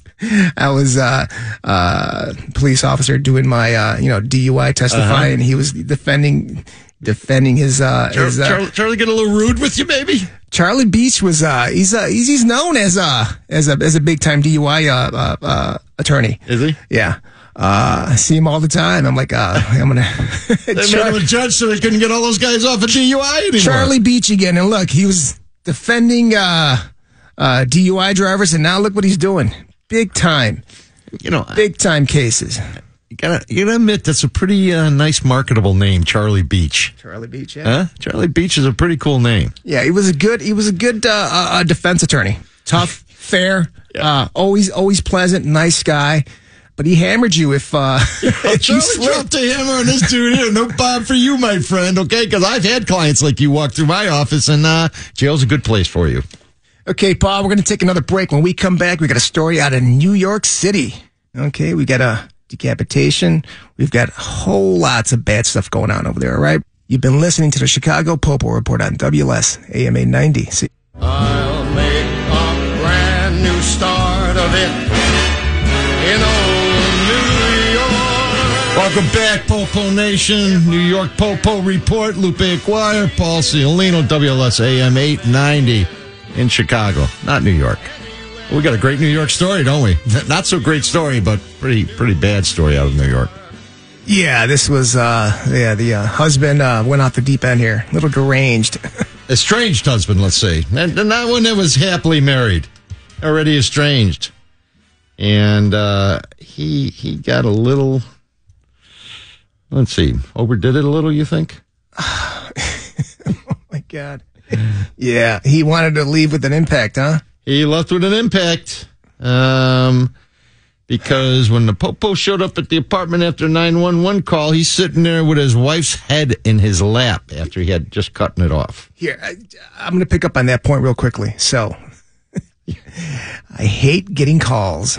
Speaker 5: I was uh, uh, police officer doing my uh, you know DUI testifying, and he was defending defending his uh,
Speaker 4: Uh-huh. Char-
Speaker 5: his uh,
Speaker 4: Charlie, Charlie get a little rude with you, maybe?
Speaker 5: Charlie Beach was uh he's uh he's, he's known as a as a as a big time DUI uh, uh uh attorney.
Speaker 4: Is he?
Speaker 5: Yeah. Uh I see him all the time. I'm like uh I'm gonna
Speaker 4: They
Speaker 5: Char-
Speaker 4: made him a judge so they couldn't get all those guys off of DUI anymore.
Speaker 5: Charlie Beach again and look, he was defending uh uh DUI drivers and now look what he's doing. Big time.
Speaker 4: you know, I-
Speaker 5: Big time cases.
Speaker 4: you gotta, you gotta admit that's a pretty uh, nice marketable name, Charlie Beach.
Speaker 5: Charlie Beach, yeah.
Speaker 4: Huh? Charlie Beach is a pretty cool name.
Speaker 5: Yeah, he was a good he was a good uh, uh uh, defense attorney. Tough, fair, uh always always pleasant, nice guy. But he hammered you if uh if you
Speaker 4: Charlie
Speaker 5: slipped.
Speaker 4: dropped a hammer on this dude here. No bob for you, my friend. Okay, because I've had clients like you walk through my office, and uh, jail's a good place for you.
Speaker 5: Okay, Paul, we're going to take another break. When we come back, we got a story out of New York City. Okay, we got a decapitation. We've got whole lots of bad stuff going on over there, all right? You've been listening to the Chicago Popo Report on WLS AMA 90. See-
Speaker 8: I'll make a brand new start of it in old New York.
Speaker 4: Welcome back, Popo Nation. New York Popo Report. Lupe Aguirre, Paul Ciolino, WLS AM 890 in Chicago, not New York. We got a great New York story, don't we? Not so great story, but pretty pretty bad story out of New York.
Speaker 5: Yeah, this was, uh, yeah, the uh, husband uh, went off the deep end here. A little deranged.
Speaker 4: Estranged husband, let's say. And and not one that was happily married, already estranged. And uh, he he got a little, let's see, overdid it a little, you think?
Speaker 5: my God. Yeah, he wanted to leave with an impact, huh?
Speaker 4: He left with an impact. Um, because when the Popo showed up at the apartment after 911 call, he's sitting there with his wife's head in his lap after he had just cutting it off.
Speaker 5: Here, I, I'm going to pick up on that point real quickly. So, I hate getting calls.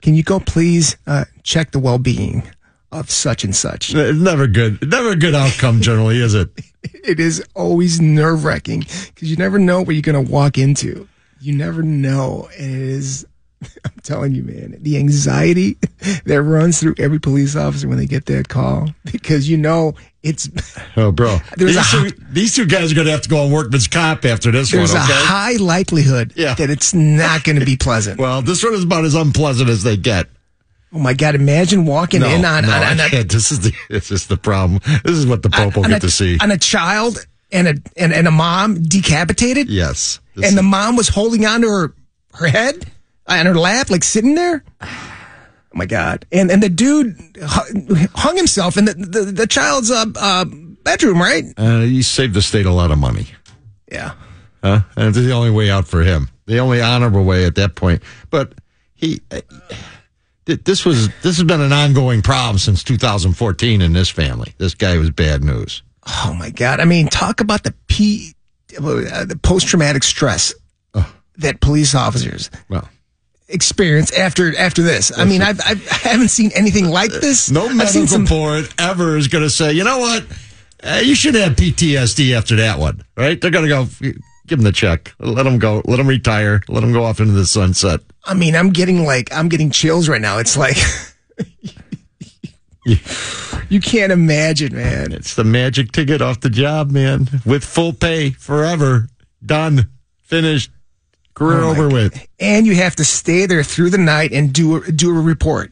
Speaker 5: Can you go please uh, check the well being of such and such?
Speaker 4: It's Uh, never good. Never a good outcome, generally, is it?
Speaker 5: It is always nerve wracking because you never know what you're going to walk into. You never know. And it is, I'm telling you, man, the anxiety that runs through every police officer when they get that call because you know It's
Speaker 9: Oh, bro.
Speaker 5: There's
Speaker 4: These,
Speaker 5: a
Speaker 4: two,
Speaker 5: hi-
Speaker 4: these two guys are going to have to go on workman's comp after this
Speaker 5: there's
Speaker 4: one,
Speaker 5: a
Speaker 4: okay?
Speaker 5: high likelihood
Speaker 4: Yeah.
Speaker 5: that it's not going to be pleasant.
Speaker 4: well, this one is about as unpleasant as they get.
Speaker 5: oh my God! Imagine walking
Speaker 4: No,
Speaker 5: in on
Speaker 4: no,
Speaker 5: on, on,
Speaker 4: I
Speaker 5: a,
Speaker 4: can't. this is the this is the problem. This is what the Pope will
Speaker 5: on
Speaker 4: get
Speaker 5: a-
Speaker 4: to see.
Speaker 5: on a child and a and, and a mom decapitated.
Speaker 4: yes, This
Speaker 5: and the
Speaker 4: is-
Speaker 5: mom was holding onto her her head on her lap, like sitting there. Oh my god! And and the dude hu- hung himself in the the, the child's uh, uh, bedroom, right?
Speaker 4: uh, you saved the state a lot of money.
Speaker 5: Yeah.
Speaker 4: Huh? And it's the only way out for him. The only honorable way at that point. But he, uh, th- this was this has been an ongoing problem since 2014 in this family. This guy was bad news.
Speaker 5: Oh my god! I mean, talk about the p uh, the post traumatic stress that police officers
Speaker 4: Well,
Speaker 5: experience after after this. I mean, I've, I've I haven't seen anything like this.
Speaker 4: no
Speaker 5: I've
Speaker 4: medical
Speaker 5: seen some-
Speaker 4: board ever is going to say, you know what, uh, you should have PTSD after that one, right? They're going to go f- give him the check, let him go, let him retire, let him go off into the sunset.
Speaker 5: I mean, I'm getting like I'm getting chills right now. It's like. You can't imagine, man.
Speaker 4: It's the magic ticket off the job, man. With full pay forever, done, finished, career
Speaker 5: Oh
Speaker 4: over with.
Speaker 5: and you have to stay there through the night and do a, do a report.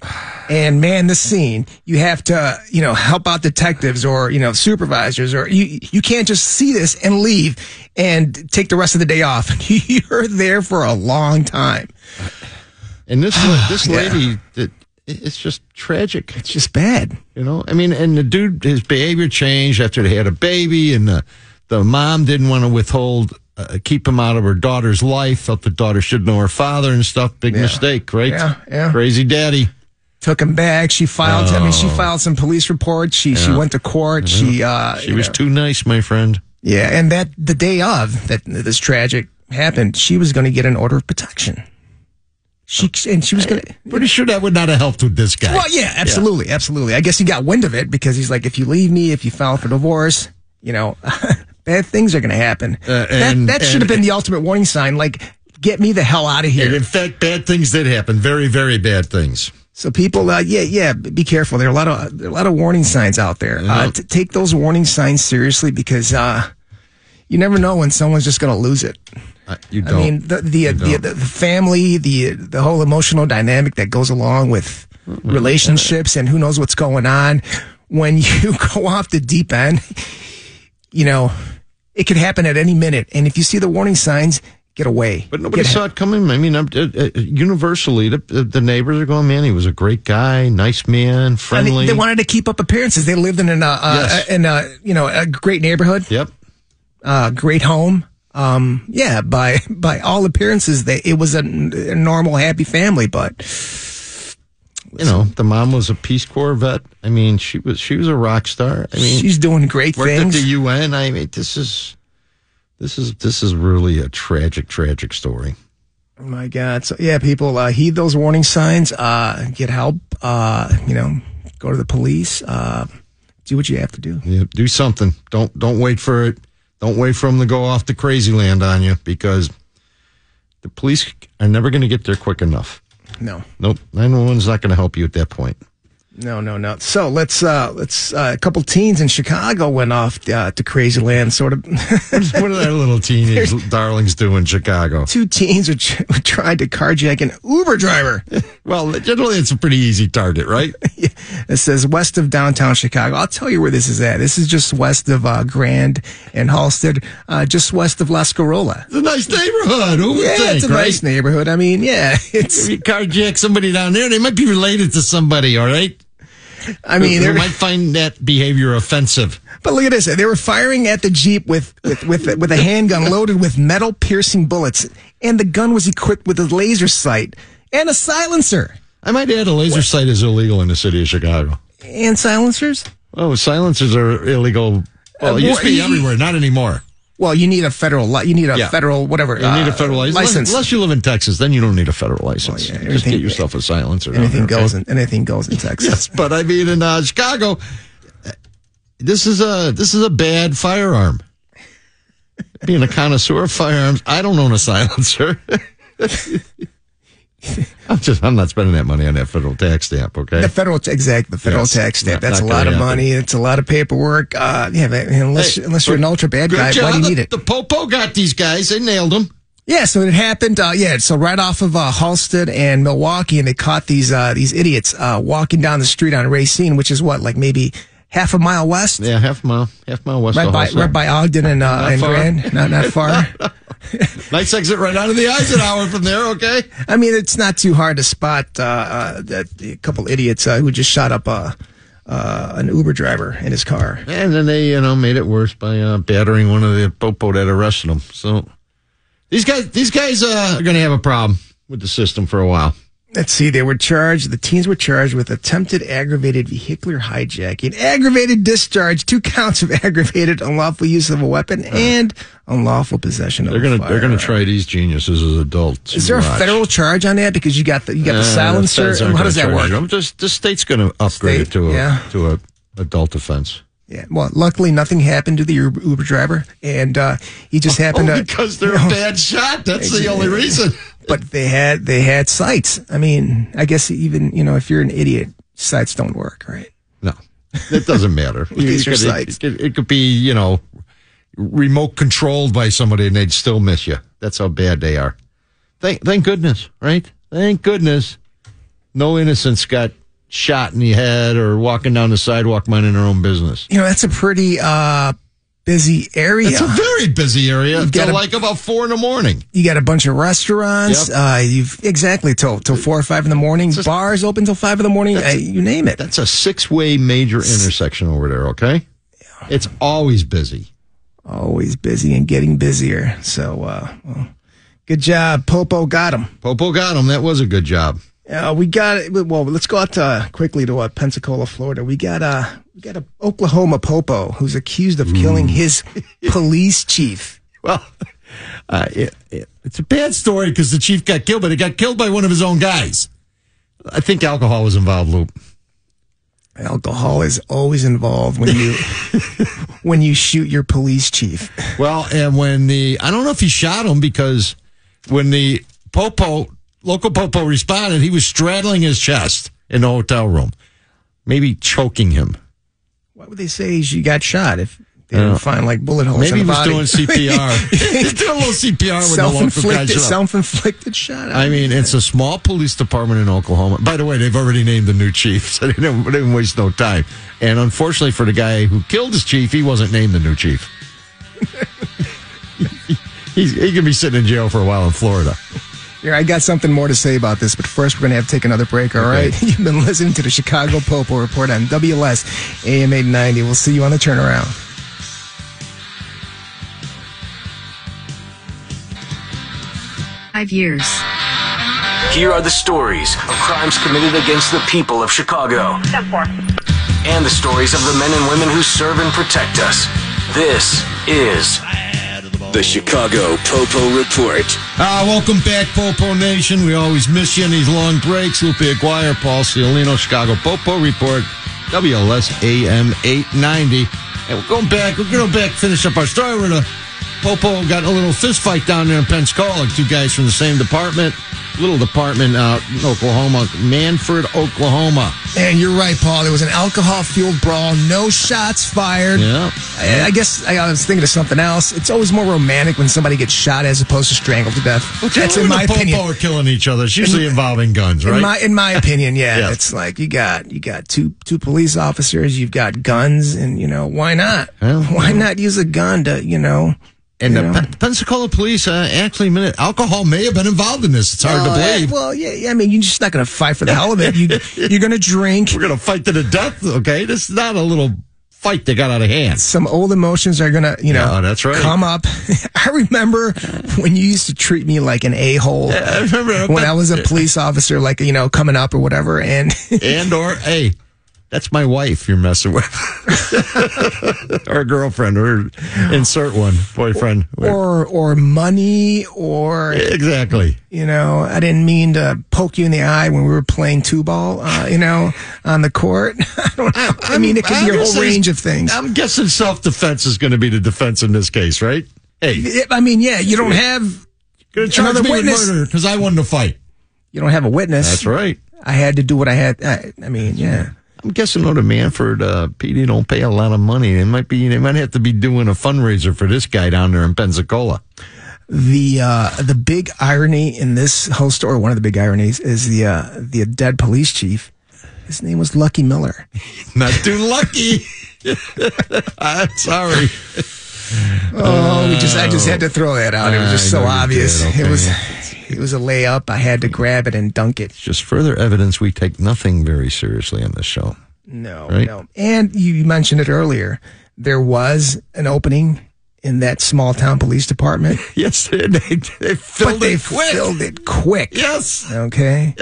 Speaker 5: And man, the scene you have to you know help out detectives or you know supervisors or you you can't just see this and leave and take the rest of the day off. You're there for a long time.
Speaker 4: And this la- this
Speaker 5: Yeah.
Speaker 4: lady, that it- it's just tragic,
Speaker 5: It's just bad.
Speaker 4: you know. I mean, and the dude, his behavior changed after they had a baby, and the the mom didn't want to withhold, uh, keep him out of her daughter's life. Felt the daughter should know her father and stuff. Big mistake, right?
Speaker 5: Yeah, yeah.
Speaker 4: Crazy daddy.
Speaker 5: Took him back. She filed. I mean, she filed some police reports. She she went to court. She uh
Speaker 4: She
Speaker 5: you
Speaker 4: was
Speaker 5: know.
Speaker 4: too nice, my friend.
Speaker 5: yeah. And that the day of that this tragic happened, she was going to get an order of protection. She and she was going to.
Speaker 4: Pretty sure that would not have helped with this guy.
Speaker 5: Well, yeah, absolutely, absolutely. I guess he got wind of it because he's like, if you leave me, if you file for divorce, you know, bad things are going to happen.
Speaker 4: Uh, and-
Speaker 5: that that should have
Speaker 4: and-
Speaker 5: been the ultimate warning sign. Like, get me the hell out of
Speaker 4: And
Speaker 5: here.
Speaker 4: in fact, bad things did happen. Very, very bad things.
Speaker 5: So people, uh, yeah, yeah, b- be careful. There are a lot of there are a lot of warning signs out there. Uh, t- take those warning signs seriously because uh, you never know when someone's just going to lose it.
Speaker 4: I, you
Speaker 5: I
Speaker 4: don't.
Speaker 5: mean, the the, uh, the
Speaker 4: don't.
Speaker 5: the the family, the the whole emotional dynamic that goes along with
Speaker 4: Mm-hmm.
Speaker 5: relationships, and who knows what's going on when you go off the deep end. You know, it could happen at any minute, and if you see the warning signs, get away.
Speaker 4: but nobody
Speaker 5: Get-
Speaker 4: saw it coming. I mean, I'm, uh, uh, universally, the, the the neighbors are going, man, he was a great guy, nice man,
Speaker 5: I mean,
Speaker 4: friendly.
Speaker 5: they wanted to keep up appearances. They lived in an uh, uh,
Speaker 4: Yes.
Speaker 5: in a you know a great neighborhood,
Speaker 4: yep.
Speaker 5: uh, great home. Um, yeah, by by all appearances, they it was a, a normal, happy family, but.
Speaker 4: You know, the mom was a Peace Corps vet. I mean, she was she was a rock star. I mean,
Speaker 5: She's doing great
Speaker 4: worked
Speaker 5: things.
Speaker 4: at the UN. I mean, this is this is this is really a tragic, tragic story.
Speaker 5: My God. So yeah, people uh, heed those warning signs. Uh, get help. Uh, you know, go to the police. Uh, do what you have to do.
Speaker 4: Yeah, do something. Don't don't wait for it. Don't wait for them to go off to crazy land on you because the police are never going to get there quick enough.
Speaker 5: No,
Speaker 4: Nope, nine one one's not going to help you at that point.
Speaker 5: no, no, no. So let's uh, let's uh, a couple teens in Chicago went off uh, to crazy land. Sort of,
Speaker 4: what are their little teenage darlings do in Chicago?
Speaker 5: two teens were, tr- were trying to carjack an Uber driver.
Speaker 4: Well, generally it's a pretty easy target, right?
Speaker 5: It says west of downtown Chicago. I'll tell you where this is at. This is just west of uh, Grand and Halsted, uh, just west of La Scarola.
Speaker 4: It's a nice neighborhood. Who would
Speaker 5: Yeah,
Speaker 4: think,
Speaker 5: it's a
Speaker 4: right?
Speaker 5: nice neighborhood. I mean, yeah, it's.
Speaker 4: If you carjack somebody down there, they might be related to somebody. All right,
Speaker 5: I mean,
Speaker 4: they
Speaker 5: they're-
Speaker 4: might find that behavior offensive.
Speaker 5: But look at this. They were firing at the Jeep with, with, with, with a handgun loaded with metal piercing bullets, and the gun was equipped with a laser sight and a silencer.
Speaker 4: I might add, a laser sight is illegal in the city of Chicago.
Speaker 5: And silencers?
Speaker 4: Oh, silencers are illegal. Well, it used to be
Speaker 5: Uh,
Speaker 4: everywhere, not anymore.
Speaker 5: Well, you need a federal, li- you need a
Speaker 4: Yeah.
Speaker 5: federal, whatever. uh,
Speaker 4: You need a federal license.
Speaker 5: license.
Speaker 4: Unless you live in Texas, then you don't need a federal license.
Speaker 5: yeah,
Speaker 4: Just
Speaker 5: everything-
Speaker 4: get yourself a silencer. down
Speaker 5: anything
Speaker 4: there,
Speaker 5: goes
Speaker 4: okay?
Speaker 5: in, anything goes in Texas.
Speaker 4: Yes, but I mean in uh, Chicago, uh, this is a this is a bad firearm. Being a connoisseur of firearms, I don't own a silencer. I'm just I'm not spending that money on that federal tax stamp. Okay.
Speaker 5: The federal, exact, the federal
Speaker 4: Yes.
Speaker 5: tax stamp.
Speaker 4: Not-
Speaker 5: That's
Speaker 4: not
Speaker 5: a lot
Speaker 4: gonna
Speaker 5: of
Speaker 4: happen.
Speaker 5: money. It's a lot of paperwork. Uh, yeah, but unless
Speaker 4: Hey,
Speaker 5: unless you're an ultra bad
Speaker 4: Good
Speaker 5: guy,
Speaker 4: job.
Speaker 5: why do you
Speaker 4: the,
Speaker 5: need it?
Speaker 4: The Popo got these guys. They nailed them.
Speaker 5: Yeah, so it happened. Uh, yeah, so right off of uh, Halsted and Milwaukee, and they caught these uh, these idiots uh, walking down the street on Racine, which is what like maybe half a mile west,
Speaker 4: Yeah, half mile, half mile west
Speaker 5: right
Speaker 4: of
Speaker 5: by
Speaker 4: Hallstatt.
Speaker 5: right by Ogden and uh, and
Speaker 4: far.
Speaker 5: Grand, not not far.
Speaker 4: Nice exit right out of the Eisenhower from there. Okay.
Speaker 5: I mean, it's not too hard to spot uh, uh, that a couple idiots uh, who just shot up uh, uh, an Uber driver in his car.
Speaker 4: And then they, you know, made it worse by uh, battering one of the popo that arrested them. So these guys, these guys uh, are going to have a problem with the system for a while.
Speaker 5: Let's see, they were charged, the teens were charged with attempted aggravated vehicular hijacking, aggravated discharge, two counts of aggravated unlawful use of a weapon, and unlawful possession of
Speaker 4: They're
Speaker 5: a
Speaker 4: going to they're going
Speaker 5: firearm.
Speaker 4: to try these geniuses as adults.
Speaker 5: Is there a
Speaker 4: Watch.
Speaker 5: federal charge on that? Because you got the you got
Speaker 4: Uh,
Speaker 5: the silencer.
Speaker 4: feds aren't
Speaker 5: How does that
Speaker 4: gonna
Speaker 5: work?
Speaker 4: charge them. Just the state's going to upgrade it
Speaker 5: State,
Speaker 4: to a
Speaker 5: yeah.
Speaker 4: to a adult offense.
Speaker 5: Yeah. Well, luckily nothing happened to the Uber, Uber driver, and uh, he just happened
Speaker 4: Oh,
Speaker 5: to
Speaker 4: because they're
Speaker 5: No.
Speaker 4: a bad shot. That's the only reason.
Speaker 5: But they had they had sights. I mean, I guess even you know if you're an idiot, sights don't work, right?
Speaker 4: No, it doesn't matter.
Speaker 5: These are
Speaker 4: could-
Speaker 5: sites.
Speaker 4: It, it- it could be, you know, remote controlled by somebody and they'd still miss you. That's how bad they are. Thank, thank goodness, right? Thank goodness no innocents got shot in the head or walking down the sidewalk minding their own business.
Speaker 5: You know, that's a pretty uh, busy area.
Speaker 4: It's a very busy area until
Speaker 5: gotta-
Speaker 4: like about four in the morning.
Speaker 5: you got a bunch of restaurants.
Speaker 4: Yep.
Speaker 5: Uh, you've exactly till till four or five in the morning. Bars open till five in the morning. Uh, you name it.
Speaker 4: That's a six way major intersection over there, okay? It's always busy.
Speaker 5: Always busy and getting busier. So, uh, well, good job, Popo. Got him.
Speaker 4: Popo got him. That was a good job.
Speaker 5: Uh, we got well. Let's go out uh, quickly to uh, Pensacola, Florida. We got uh, we got a Oklahoma popo who's accused of
Speaker 4: Mm.
Speaker 5: killing his police chief.
Speaker 4: Well, uh, it, it, it's a bad story because the chief got killed, but he got killed by one of his own guys. I think alcohol was involved, Luke.
Speaker 5: Alcohol is always involved when you when you shoot your police chief.
Speaker 4: Well, and when the I don't know if he shot him because when the popo local popo responded, he was straddling his chest in the hotel room, maybe choking him.
Speaker 5: Why would they say she got shot if they didn't find like bullet holes?
Speaker 4: Uh, Maybe he
Speaker 5: in the
Speaker 4: was
Speaker 5: body?
Speaker 4: doing CPR. He's doing a little CPR with the local guy.
Speaker 5: self-inflicted,
Speaker 4: shot.
Speaker 5: self-inflicted shot.
Speaker 4: I mean, it's a small police department in Oklahoma. By the way, they've already named the new chief, so they didn't, they didn't waste no time. And unfortunately for the guy who killed his chief, he wasn't named the new chief. He's, he could be sitting in jail for a while in Florida.
Speaker 5: Here, I got something more to say about this, but first we're going to have to take another break, All
Speaker 4: Okay.
Speaker 5: right? You've been listening to the Chicago Popo Report on WLS AM 890. We'll see you on the turnaround.
Speaker 10: Five years.
Speaker 1: Here are the stories of crimes committed against the people of Chicago. And the stories of the men and women who serve and protect us. This is
Speaker 3: The Chicago Popo Report.
Speaker 4: Ah, welcome back, Popo Nation. We always miss you in these long breaks. Lupe Aguirre, Paul Ciolino, Chicago Popo Report, WLS AM 890. And we're going back, we're going back, finish up our story with a Popo got a little fist fight down there in Pensacola. Two guys from the same department, little department out in Oklahoma, Manford, Oklahoma.
Speaker 5: And you're right, Paul. There was an alcohol fueled brawl, no shots fired.
Speaker 4: Yeah.
Speaker 5: I, I guess I, I was thinking of something else. It's always more romantic when somebody gets shot as opposed to strangled to death. That's in
Speaker 4: When
Speaker 5: my
Speaker 4: the Popo
Speaker 5: opinion.
Speaker 4: are killing each other. It's usually involving guns, right?
Speaker 5: In my in my opinion, yeah,
Speaker 4: Yeah.
Speaker 5: it's like you got you got two two police officers, you've got guns, and you know why not?
Speaker 4: Well,
Speaker 5: why not use a gun to you know?
Speaker 4: and
Speaker 5: you
Speaker 4: the
Speaker 5: know?
Speaker 4: Pen- Pensacola police uh, actually admitted alcohol may have been involved in this. It's hard
Speaker 5: Well,
Speaker 4: to believe.
Speaker 5: eh, Well, yeah, yeah, I mean, you're just not going to fight for the hell of it. You, you're going to drink.
Speaker 4: We're gonna fight to the death. Okay, this is not a little fight that got out of hand.
Speaker 5: Some old emotions are going to, you know,
Speaker 4: Yeah, that's right.
Speaker 5: come up. I remember when you used to treat me like an a hole.
Speaker 4: I remember
Speaker 5: when I was a police officer, like, you know, coming up or whatever. And
Speaker 4: and or hey, that's my wife you're messing with, or a girlfriend, or insert one boyfriend,
Speaker 5: or or money or
Speaker 4: exactly.
Speaker 5: you know I didn't mean to poke you in the eye when we were playing two ball uh, you know on the court I don't know I, mean it could be a whole
Speaker 4: Obviously,
Speaker 5: range of things
Speaker 4: I'm guessing self defense is going to be the defense in this case, right? Hey,
Speaker 5: I mean yeah you don't have
Speaker 4: gonna charge
Speaker 5: Another
Speaker 4: me with
Speaker 5: witness.
Speaker 4: murder because I won the fight.
Speaker 5: You don't have a witness.
Speaker 4: That's right.
Speaker 5: I had to do what I had. I, I mean, yeah.
Speaker 4: I'm guessing though the Manford uh, PD don't pay a lot of money. They might be they might have to be doing a fundraiser for this guy down there in Pensacola.
Speaker 5: The uh, the big irony in this whole story, one of the big ironies, is the uh, the dead police chief. His name was Lucky Miller.
Speaker 4: Not too lucky. I'm sorry.
Speaker 5: Oh, we just I just had to throw that out. It was just
Speaker 4: I know
Speaker 5: so
Speaker 4: you did,
Speaker 5: obvious.
Speaker 4: okay.
Speaker 5: It was it was a layup. I had to grab it and dunk it.
Speaker 4: Just further evidence we take nothing very seriously on this show.
Speaker 5: No,
Speaker 4: Right.
Speaker 5: no. And you mentioned it earlier. There was an opening in that small town police department,
Speaker 4: Yes, they they, they filled
Speaker 5: but they
Speaker 4: it quick.
Speaker 5: filled it quick.
Speaker 4: yes.
Speaker 5: Okay.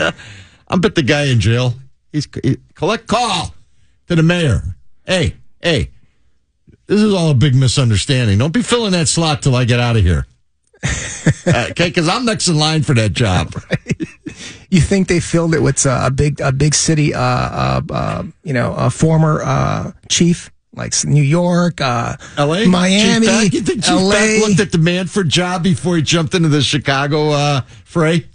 Speaker 4: I bet the guy in jail. He's he, collect call to the mayor. Hey, hey, this is all a big misunderstanding. Don't be filling that slot till I get out of here. Uh, okay, because I'm next in line for that job.
Speaker 5: You think they filled it with uh, a big, a big city, uh, uh, uh, you know, a former uh, chief like s- New York, uh,
Speaker 4: L.A.,
Speaker 5: Miami,
Speaker 4: Chief Beck, you think Chief
Speaker 5: L.A.
Speaker 4: Beck looked at the Manford job before he jumped into the Chicago uh, fray?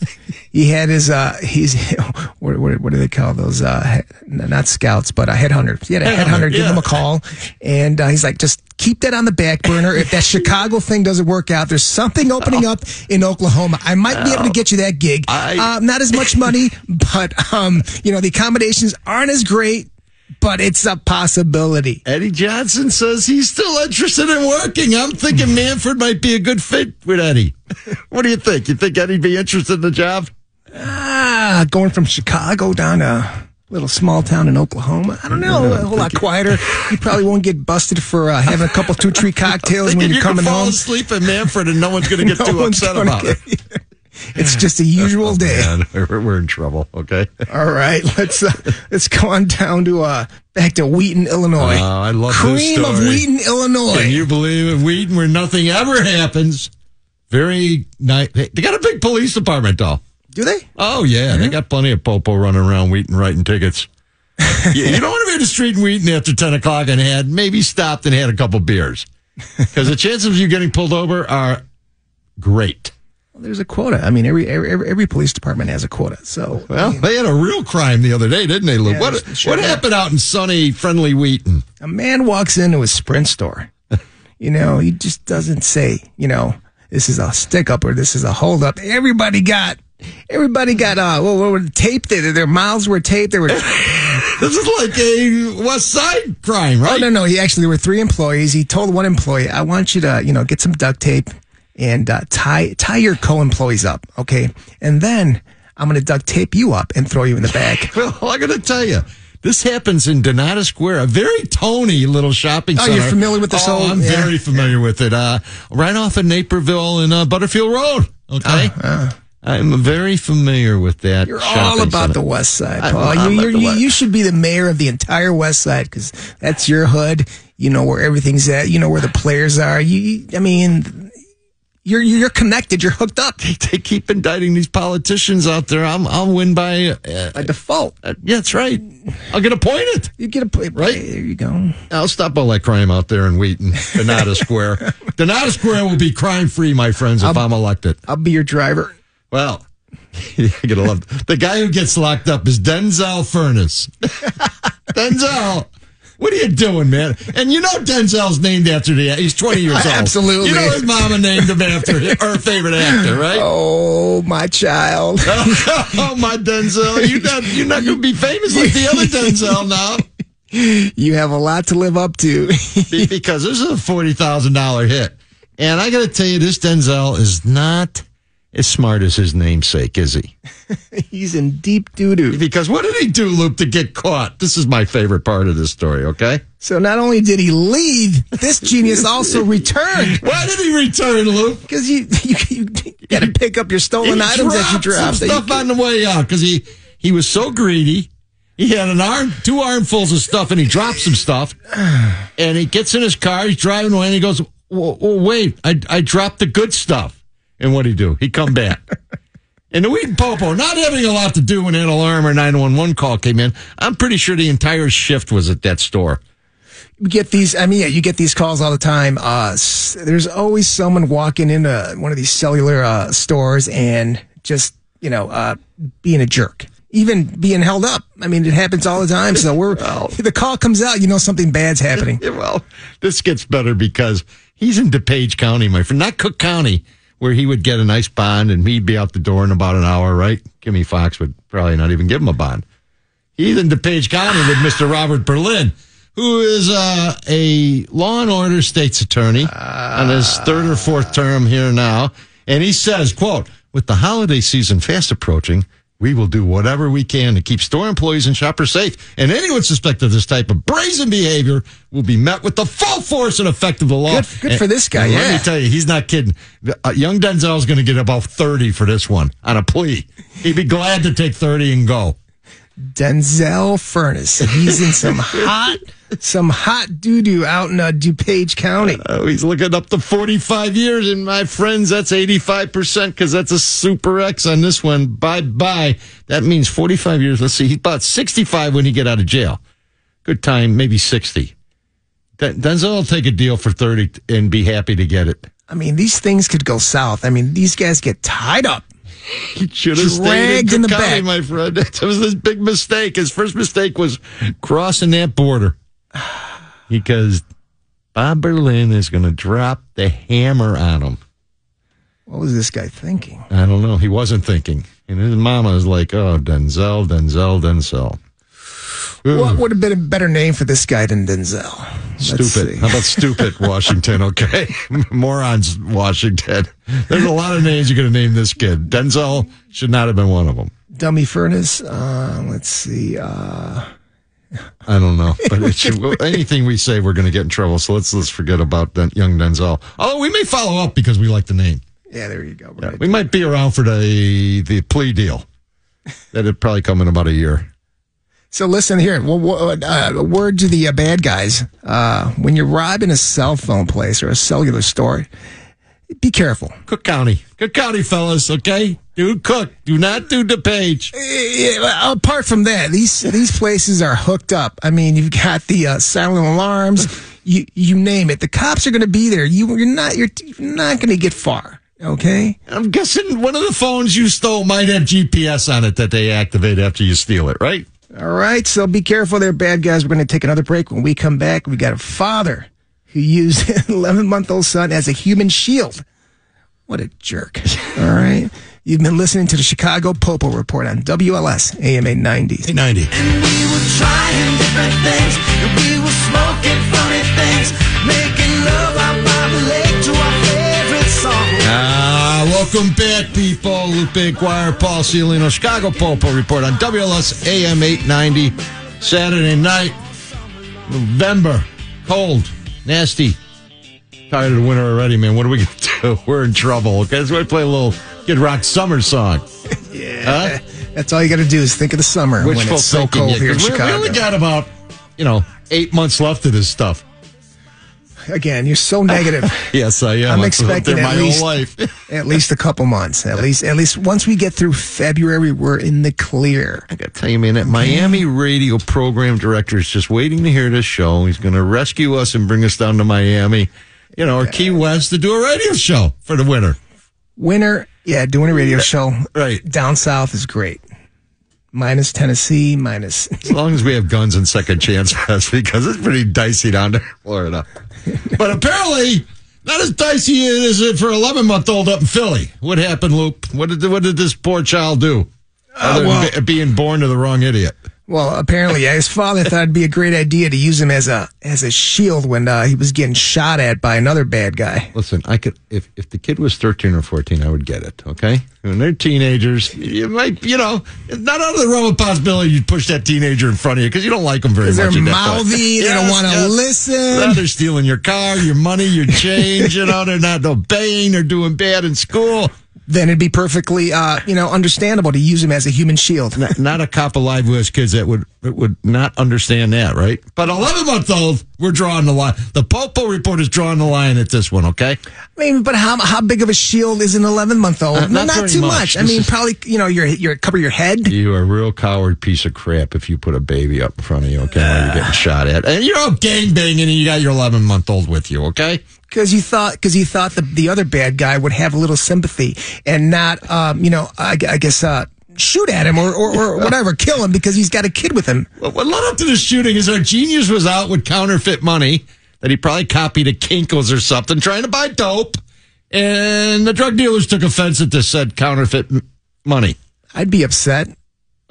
Speaker 5: he had his, uh, he's what, what, what do they call those? Uh, he- not scouts, but uh, headhunters. He had a headhunter
Speaker 4: Headhunter,
Speaker 5: give him
Speaker 4: yeah.
Speaker 5: a call, and uh, he's like, just keep that on the back burner. If that Chicago thing doesn't work out, there's something opening up in Oklahoma. I might be able to get you that gig.
Speaker 4: I-
Speaker 5: uh, not as much money, but um, you know, the accommodations aren't as great. But it's a possibility.
Speaker 4: Eddie Johnson says he's still interested in working. I'm thinking Manford might be a good fit with Eddie. What do you think? You think Eddie'd be interested in the job?
Speaker 5: Ah, going from Chicago down to a little small town in Oklahoma. I don't know, a whole lot quieter. You probably won't get busted for uh, having a couple two tree cocktails when
Speaker 4: Thinking
Speaker 5: you're
Speaker 4: you
Speaker 5: coming
Speaker 4: can fall
Speaker 5: home.
Speaker 4: asleep in Manford and no one's going to get
Speaker 5: No
Speaker 4: too
Speaker 5: one's
Speaker 4: upset
Speaker 5: gonna
Speaker 4: about
Speaker 5: get
Speaker 4: it.
Speaker 5: you. It's just a usual day.
Speaker 4: Man, we're, we're in trouble. Okay.
Speaker 5: All right, let's uh, let's go on down to uh back to Wheaton, Illinois.
Speaker 4: Oh, I love this
Speaker 5: cream of
Speaker 4: story.
Speaker 5: Wheaton, Illinois.
Speaker 4: Can you believe in Wheaton where nothing ever happens? Very nice. They they got a big police department though.
Speaker 5: Do they?
Speaker 4: Oh yeah, they got plenty of popo running around Wheaton writing tickets. yeah, you don't want to be in the street in Wheaton after ten o'clock and had maybe stopped and had a couple beers because the chances of you getting pulled over are great.
Speaker 5: There's a quota. I mean, every every every- every police department has a quota. So
Speaker 4: Well, they had a real crime the other day, didn't they, Lou?
Speaker 5: Yeah,
Speaker 4: what
Speaker 5: sure
Speaker 4: what
Speaker 5: did.
Speaker 4: happened out in sunny, friendly Wheaton?
Speaker 5: a man walks into a Sprint store. You know, he just doesn't say, you know, this is a stick up or this is a hold up. Everybody got, everybody got, uh, what, what were the tape? Their, their mouths were taped. There were, oh,
Speaker 4: This is like a West Side crime, right?
Speaker 5: no, no. He actually, there were three employees. He told one employee, I want you to, you know, get some duct tape and uh, tie, tie your co employees up. Okay. And then I'm going to duct tape you up and throw you in the back.
Speaker 4: Well, I got to tell you, this happens in Donata Square, a very tony little shopping
Speaker 5: Oh,
Speaker 4: center.
Speaker 5: you're familiar with this
Speaker 4: Oh,
Speaker 5: old-
Speaker 4: I'm
Speaker 5: yeah.
Speaker 4: very familiar with it. Uh, right off of Naperville and uh, Butterfield Road. Okay, I'm very familiar with that.
Speaker 5: Ah, You're all
Speaker 4: shopping
Speaker 5: about
Speaker 4: center.
Speaker 5: the West Side,
Speaker 4: I'm
Speaker 5: Paul.
Speaker 4: all
Speaker 5: You,
Speaker 4: about
Speaker 5: you're,
Speaker 4: the
Speaker 5: you,
Speaker 4: West.
Speaker 5: you should be the mayor of the entire West Side because that's your hood. You know where everything's at. You know where the players are. You- You, I mean, you're you're connected. You're hooked up
Speaker 4: They, they keep indicting these politicians out there. I'm, I'll win by. Uh,
Speaker 5: by default.
Speaker 4: uh, yeah, that's right. I'll get appointed.
Speaker 5: You get a play.
Speaker 4: Right.
Speaker 5: There you go.
Speaker 4: I'll stop all that crime out there in Wheaton, Donata Square. Donata Square will be crime free, my friends, if I'm elected.
Speaker 5: I'll be your driver.
Speaker 4: Well, you're gonna love the guy who gets locked up is Denzel Furness. Denzel, what are you doing, man? And you know Denzel's named after the he's 20 years old.
Speaker 5: Absolutely.
Speaker 4: You know his mama named him after her favorite actor, right? Oh,
Speaker 5: Oh, my child.
Speaker 4: my Denzel, you not you're not gonna be famous like the other Denzel now.
Speaker 5: You have a lot to live up to.
Speaker 4: Be- Because this is a forty thousand dollar hit. And I gotta tell you, this Denzel is not as smart as his namesake, is he?
Speaker 5: He's in deep doo doo.
Speaker 4: Because what did he do, Loop, to get caught? This is my favorite part of this story, okay?
Speaker 5: So not only did he leave, this genius also returned.
Speaker 4: Why did he return, Loop?
Speaker 5: Because you, you, you, got to pick up your stolen items that you dropped.
Speaker 4: some
Speaker 5: that you
Speaker 4: stuff
Speaker 5: can-
Speaker 4: on the way out because he, he was so greedy. He had an arm, two armfuls of stuff, and he dropped some stuff. And he gets in his car, he's driving away, and he goes, well, well, wait, I, I dropped the good stuff. And what'd he do? He come back. And the Wheaton Popo, not having a lot to do when that alarm or 911 call came in, I'm pretty sure the entire shift was at that store.
Speaker 5: you get these. I mean, yeah, you get these calls all the time. Uh, s- there's always someone walking into one of these cellular uh, stores and just you know, uh, being a jerk, even being held up. I mean, it happens all the time. So we're the call comes out, you know, something bad's happening.
Speaker 4: Yeah, well, this gets better because he's in DePage County, my friend, not Cook County, where he would get a nice bond and he'd be out the door in about an hour, right? Kimmy Fox would probably not even give him a bond. He's in DePage County with Mr. Robert Berlin, who is uh, a law and order state's attorney on his third or fourth term here now. And he says, quote, with the holiday season fast approaching, we will do whatever we can to keep store employees and shoppers safe. And anyone suspected of this type of brazen behavior will be met with the full force and effect of the law.
Speaker 5: Good- good
Speaker 4: And-
Speaker 5: for this guy,
Speaker 4: and Let
Speaker 5: yeah.
Speaker 4: me tell you, he's not kidding. Uh, young Denzel's going to get about 30 for this one on a plea. He'd be glad to take 30 and go.
Speaker 5: Denzel Furnace. He's in some hot, some hot doo doo out in uh, DuPage County.
Speaker 4: Oh, he's looking up to 45 years, and my friends, that's 85% because that's a super X on this one. Bye bye. That means 45 years. Let's see. He's about 65 when he get out of jail. Good time, maybe 60. Den- Denzel will take a deal for 30 and be happy to get it.
Speaker 5: I mean, these things could go south. I mean, these guys get tied up.
Speaker 4: He should have stayed
Speaker 5: Dragged in
Speaker 4: in
Speaker 5: the
Speaker 4: Cook County,
Speaker 5: back.
Speaker 4: my friend. That was his big mistake. His first mistake was crossing that border because Bob Berlin is going to drop the hammer on him.
Speaker 5: What was this guy thinking?
Speaker 4: I don't know. He wasn't thinking. And his mama is like, oh, Denzel, Denzel, Denzel. Ooh,
Speaker 5: What would have been a better name for this guy than Denzel? Let's
Speaker 4: stupid.
Speaker 5: see.
Speaker 4: How about stupid Washington? Okay. Morons, Washington. There's a lot of names you're going to name this kid. Denzel should not have been one of them.
Speaker 5: Dummy Furnace. Uh, let's see. Uh,
Speaker 4: I don't know. But it should, well, anything we say, we're going to get in trouble. So let's, let's forget about Den, young Denzel. Although we may follow up because we like the name.
Speaker 5: yeah, there you go.
Speaker 4: We might be around for the, the plea deal. That'd probably come in about a year.
Speaker 5: So listen here. Well, what, uh, a word to the uh, bad guys: uh, when you're robbing a cell phone place or a cellular store, be careful.
Speaker 4: Cook County. Cook County, fellas, okay? Do Cook. Do not do DePage.
Speaker 5: Yeah, well, apart from that, these these places are hooked up. I mean, you've got the uh, silent alarms, you you name it. The cops are going to be there. You you're not you're, you're not going to get far. Okay,
Speaker 4: I'm guessing one of the phones you stole might have GPS on it that they activate after you steal it, right?
Speaker 5: all right. So be careful there, bad guys. We're going to take another break. When we come back, we got a father who used an 11 month old son as a human shield. What a jerk! All right, you've been listening to the Chicago Popo Report on WLS AMA 90.
Speaker 4: 90.
Speaker 2: We were trying different things, and we were smoking funny things, making love out by the lake to our favorite song.
Speaker 4: Ah, welcome back, people. Lupe Aguirre, Paul Ciolino, Chicago Popo Report on WLS AM 890, Saturday night, November. Cold, nasty. Tired of the winter already, man. What are we going to do? We're in trouble. Okay, so we play a little Kid Rock summer song. Yeah. Huh?
Speaker 5: That's all you got to do is think of the summer when
Speaker 4: Wishful
Speaker 5: it's so
Speaker 4: thinking,
Speaker 5: cold
Speaker 4: yeah,
Speaker 5: here in
Speaker 4: 'cause we, we
Speaker 5: Chicago.
Speaker 4: only got about, you know, eight months left of this stuff.
Speaker 5: Again, you're so negative.
Speaker 4: Yes, I am.
Speaker 5: I'm
Speaker 4: That's-
Speaker 5: expecting
Speaker 4: they're
Speaker 5: at
Speaker 4: my
Speaker 5: least,
Speaker 4: whole life.
Speaker 5: at least a couple months. At least, at least once we get through February, we're in the clear.
Speaker 4: I got to tell you, man, that Miami radio program director is just waiting to hear this show. He's going to rescue us and bring us down to Miami, you know, or Key West to do a radio show for the winter.
Speaker 5: Winter, yeah, doing a radio show
Speaker 4: Right.
Speaker 5: down south is great. Minus Tennessee, minus
Speaker 4: As long as we have guns and second chance fest, because it's pretty dicey down there in Florida. But apparently, not as dicey as it for 11 month old up in Philly. What happened, Luke? What did, what did this poor child do? Other
Speaker 5: well-
Speaker 4: than be- being born to the wrong idiot.
Speaker 5: Well, apparently, yeah, his father thought it'd be a great idea to use him as a as a shield when uh, he was getting shot at by another bad guy.
Speaker 4: Listen, I could if if the kid was thirteen or fourteen, I would get it. Okay, when they're teenagers, you might you know it's not out of the realm of possibility you'd push that teenager in front of you because you don't like them very much.
Speaker 5: They're
Speaker 4: at that point.
Speaker 5: mouthy. They don't
Speaker 4: Yes,
Speaker 5: want to
Speaker 4: yes.
Speaker 5: listen.
Speaker 4: Now they're stealing your car, your money, your change. you know they're not obeying. They're doing bad in school.
Speaker 5: Then it'd be perfectly, uh, you know, understandable to use him as a human shield.
Speaker 4: Not, not a cop alive with us kids that would that would not understand that, right? But eleven month old, we're drawing the line. The Popo report is drawing the line at this one. Okay.
Speaker 5: I mean, but how how big of a shield is an 11 month old?
Speaker 4: Uh, not very
Speaker 5: too
Speaker 4: much.
Speaker 5: much. I
Speaker 4: This
Speaker 5: mean,
Speaker 4: is-
Speaker 5: probably you know your your cover your head.
Speaker 4: You are a real coward piece of crap if you put a baby up in front of you, okay, while you're getting shot at. And you're out gangbanging and you got your 11 month old with you, okay?
Speaker 5: Because he thought, because he thought the, the other bad guy would have a little sympathy and not, um, you know, I, gu- I guess uh, shoot at him or, or, or whatever, kill him because he's got a kid with him.
Speaker 4: What what led up to the shooting is our genius was out with counterfeit money that he probably copied at Kinkles or something, trying to buy dope, and the drug dealers took offense at this said counterfeit m- money.
Speaker 5: I'd be upset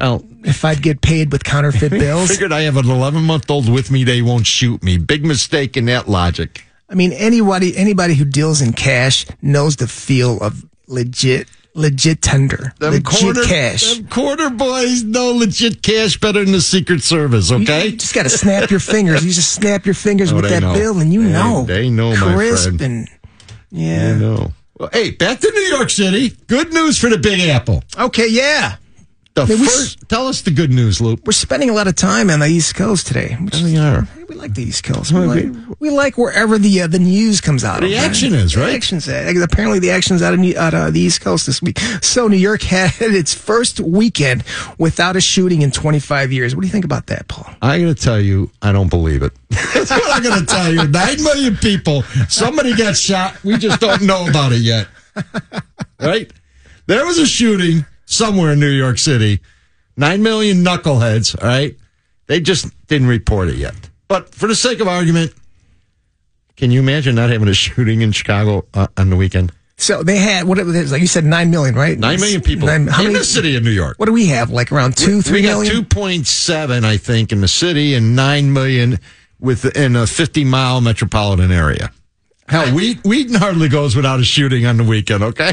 Speaker 4: Well,
Speaker 5: if I'd get paid with counterfeit bills.
Speaker 4: figured I have an 11 month old with me. They won't shoot me. Big mistake in that logic.
Speaker 5: I mean, anybody anybody who deals in cash knows the feel of legit legit tender, legit cash.
Speaker 4: them quarter boys know legit cash better than the Secret Service. Okay,
Speaker 5: You just got to snap your fingers. You just snap your fingers
Speaker 4: Oh,
Speaker 5: with
Speaker 4: they
Speaker 5: that
Speaker 4: know.
Speaker 5: bill, and you
Speaker 4: They-
Speaker 5: know.
Speaker 4: they know, my
Speaker 5: Crisp
Speaker 4: friend.
Speaker 5: and
Speaker 4: I
Speaker 5: yeah.
Speaker 4: know. Well, hey, back to New York City. Good news for the Big Apple.
Speaker 5: Okay, yeah.
Speaker 4: The
Speaker 5: Hey, we s-
Speaker 4: first, tell us the good news, Loop.
Speaker 5: We're spending a lot of time on the East Coast today. Which is,
Speaker 4: we are.
Speaker 5: we like the East Coast. We like, we like wherever the uh, the news comes out.
Speaker 4: The
Speaker 5: of,
Speaker 4: action is, right?
Speaker 5: The action's at. Apparently, the action's out of New- out of the East Coast this week. So New York had its first weekend without a shooting in 25 years. What do you think about that, Paul?
Speaker 4: I'm going to tell you, I don't believe it. That's what I'm going to tell you. Nine million people. Somebody got shot. We just don't know about it yet. Right? There was a shooting somewhere in New York City. Nine million knuckleheads. All right. They just didn't report it yet. But for the sake of argument, can you imagine not having a shooting in Chicago uh, on the weekend?
Speaker 5: So they had what it was like you said nine million, right?
Speaker 4: Nine million people
Speaker 5: Nine- how
Speaker 4: in
Speaker 5: many-
Speaker 4: the city of New York.
Speaker 5: What do we have? Like around two, three
Speaker 4: we got
Speaker 5: million?
Speaker 4: 2.7 i think in the city and 9 million within a 50 mile metropolitan area hell we Wheaton hardly goes without a shooting on the weekend okay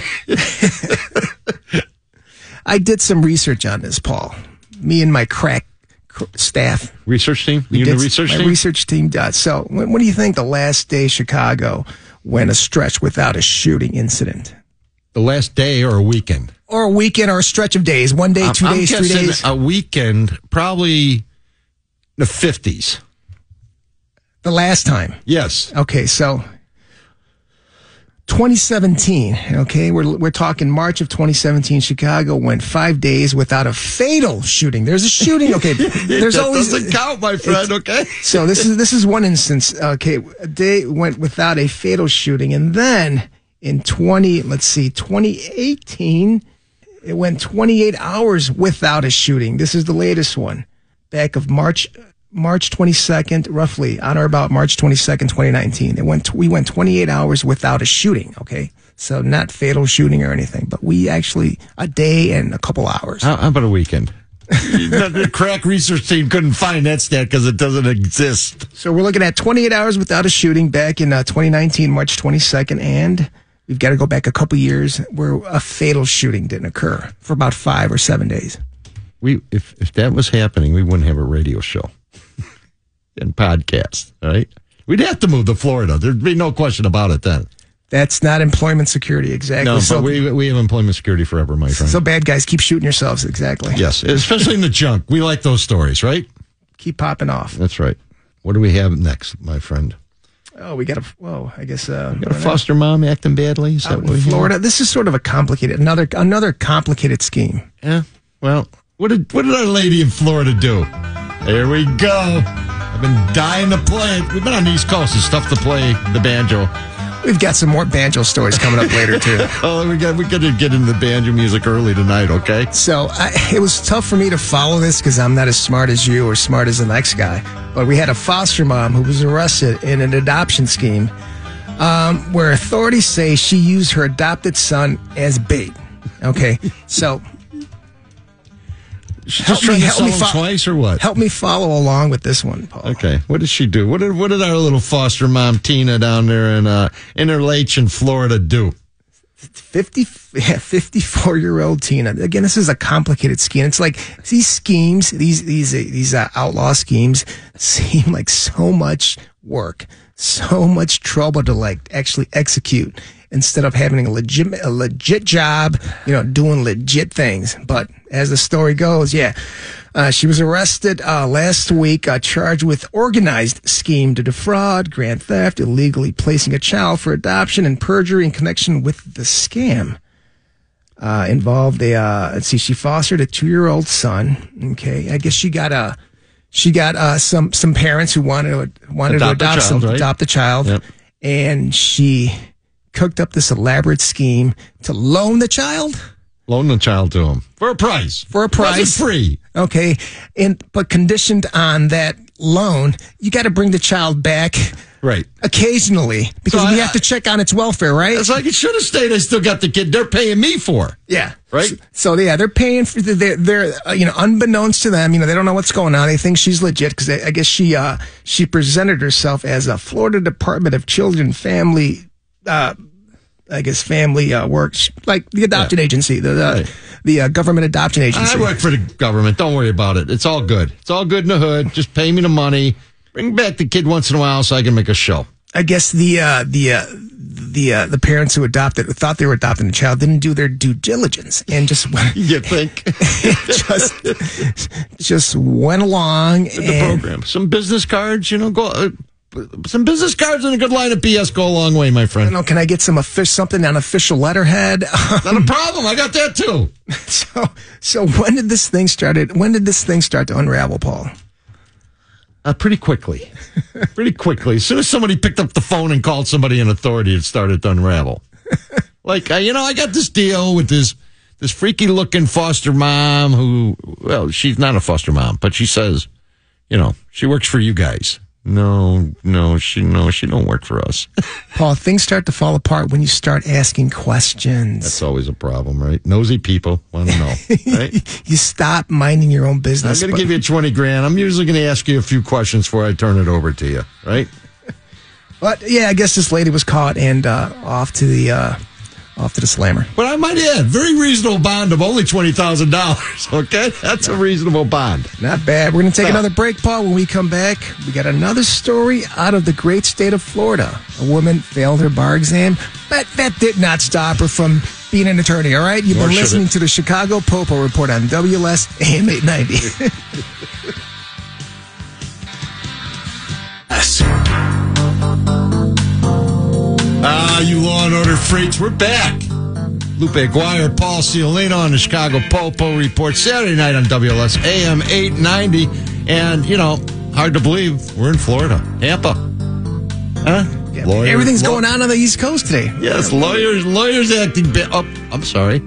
Speaker 5: I did some research on this, Paul. Me and my crack cr- staff.
Speaker 4: research team you
Speaker 5: did
Speaker 4: in the
Speaker 5: s-
Speaker 4: research
Speaker 5: my
Speaker 4: team
Speaker 5: Research team does. So, when, what do you think the last day Chicago went a stretch without a shooting incident,
Speaker 4: the last day or a weekend
Speaker 5: or a weekend, or a stretch of days? One day, 2
Speaker 4: I'm
Speaker 5: days, three
Speaker 4: guessing uh,
Speaker 5: days.
Speaker 4: a weekend probably the 50s
Speaker 5: the last time.
Speaker 4: yes
Speaker 5: Okay, so 2017. Okay, we're we're talking March of 2017. Chicago went five days without a fatal shooting. There's a shooting. Okay, there's
Speaker 4: that
Speaker 5: always
Speaker 4: doesn't count my friend okay
Speaker 5: So this is this is one instance. Okay, a day went without a fatal shooting, and then in twenty let's see, twenty eighteen, it went twenty eight hours without a shooting. This is the latest one, back of March March twenty second, roughly on or about March twenty second, twenty nineteen. It went we went twenty eight hours without a shooting. Okay, so not fatal shooting or anything, but we actually a day and a couple hours.
Speaker 4: how, how about a weekend the crack research team couldn't find that stat because it doesn't exist
Speaker 5: So we're looking at 28 hours without a shooting back in uh, 2019, March 22nd, and we've got to go back a couple years where a fatal shooting didn't occur for about five or seven days.
Speaker 4: we if if that was happening, we wouldn't have a radio show and podcast, right? We'd have to move to Florida. There'd be no question about it then.
Speaker 5: That's not employment security, exactly.
Speaker 4: No,
Speaker 5: so,
Speaker 4: but we we have employment security forever, my friend.
Speaker 5: so bad guys keep shooting yourselves, exactly.
Speaker 4: yes, especially in the junk. We like those stories, right?
Speaker 5: Keep popping off.
Speaker 4: That's right. What do we have next, my friend?
Speaker 5: Oh, we got a whoa. I guess uh,
Speaker 4: Got a foster mom acting badly? Is that
Speaker 5: out
Speaker 4: what we
Speaker 5: in
Speaker 4: have?
Speaker 5: Florida. This is sort of a complicated another another complicated scheme.
Speaker 4: Yeah. Well, what did what did our lady in Florida do? There we go. I've been dying to play it. We've been on the East Coast. It's tough to play the banjo.
Speaker 5: We've got some more banjo stories coming up later too.
Speaker 4: Oh, we got we got to get into the banjo music early tonight, okay?
Speaker 5: So I, it was tough for me to follow this because I'm not as smart as you or smart as the next guy. But we had a foster mom who was arrested in an adoption scheme um, where authorities say she used her adopted son as bait. Okay, so
Speaker 4: Just trying to sell him
Speaker 5: fo-
Speaker 4: twice or what?
Speaker 5: Help me follow along with this one, Paul.
Speaker 4: Okay, what did she do? What did what did our little foster mom Tina down there in uh, Interlachen, Florida, do?
Speaker 5: 50, yeah, 54 year old Tina. Again, this is a complicated scheme. It's like these schemes, these, these, uh, these uh, outlaw schemes seem like so much work, so much trouble to like actually execute instead of having a legit, a legit job, you know, doing legit things. But as the story goes, yeah, uh, she was arrested uh, last week, uh, charged with organized scheme to defraud, grand theft, illegally placing a child for adoption, and perjury in connection with the scam. Uh, involved a uh, let's see, she fostered a two-year-old son. Okay, I guess she got a she got uh, some some parents who wanted to wanted
Speaker 4: Adopt a
Speaker 5: to adopt some
Speaker 4: child, right?
Speaker 5: adopt the child,
Speaker 4: Yep.
Speaker 5: and she cooked up this elaborate scheme to loan the child
Speaker 4: Loan the child to him for a price.
Speaker 5: for a price.
Speaker 4: Wasn't free.
Speaker 5: Okay, and but conditioned on that loan, you got to bring the child back
Speaker 4: Right.
Speaker 5: occasionally because
Speaker 4: So
Speaker 5: we
Speaker 4: I-
Speaker 5: have to check on its welfare, right?
Speaker 4: It's like it should have stayed. I still got the kid. They're paying me for. it.
Speaker 5: Yeah.
Speaker 4: Right?
Speaker 5: So yeah, they're paying for the, they're they're uh, you know unbeknownst to them, you know they don't know what's going on. They think she's legit because I guess she uh she presented herself as a Florida Department of Children Family, uh, I guess Family uh, Works like the adoption agency, the the,
Speaker 4: Right.
Speaker 5: the uh, government adoption agency.
Speaker 4: I work for the government. Don't worry about it. It's all good. It's all good in the hood. Just pay me the money. Bring back the kid once in a while so I can make a show.
Speaker 5: I guess the uh, the uh, the uh, the parents who adopted thought they were adopting the child didn't do their due diligence and just went
Speaker 4: You think
Speaker 5: just just went along
Speaker 4: the
Speaker 5: and-
Speaker 4: program? Some business cards, you know, go. Uh, some business cards and a good line of BS go a long way, my friend.
Speaker 5: know, can I get some offic- something on official letterhead?
Speaker 4: Not a problem. I got that too.
Speaker 5: so, so when did this thing started? When did this thing start to unravel, Paul?
Speaker 4: Uh, pretty quickly. pretty quickly. As soon as somebody picked up the phone and called somebody in authority, it started to unravel. like, uh, you know, I got this deal with this this freaky looking foster mom who, well, she's not a foster mom, but she says, you know, she works for you guys. No, no, she no, she don't work for us.
Speaker 5: Paul, things start to fall apart when you start asking questions.
Speaker 4: That's always a problem, right? Nosy people want to know, right?
Speaker 5: You stop minding your own
Speaker 4: I'm
Speaker 5: business.
Speaker 4: going to
Speaker 5: but-
Speaker 4: give you 20 grand. I'm usually going to ask you a few questions before I turn it over to you, right?
Speaker 5: but yeah, I guess this lady was caught and uh, off to the uh, off to the slammer.
Speaker 4: But I might add, very reasonable bond of only twenty thousand dollars. Okay, that's a reasonable bond.
Speaker 5: Not bad. We're going to take
Speaker 4: No.
Speaker 5: another break, Paul. When we come back, we got another story out of the great state of Florida. A woman failed her bar exam, but that did not stop her from being an attorney, all right? You've
Speaker 4: Nor
Speaker 5: been
Speaker 4: should
Speaker 5: listening
Speaker 4: it.
Speaker 5: to the Chicago Popo Report on WLS AM 890.
Speaker 4: Ah, you Law and Order freaks, we're back. Lupe Aguirre, Paul Ciolino on the Chicago Popo Report Saturday night on WLS AM eight ninety, and you know, hard to believe we're in Florida, Tampa, huh? Lawyer-
Speaker 5: Everything's
Speaker 4: law-
Speaker 5: going on on the East Coast today.
Speaker 4: Yes, lawyers, lawyers acting. Ba- oh, I'm sorry,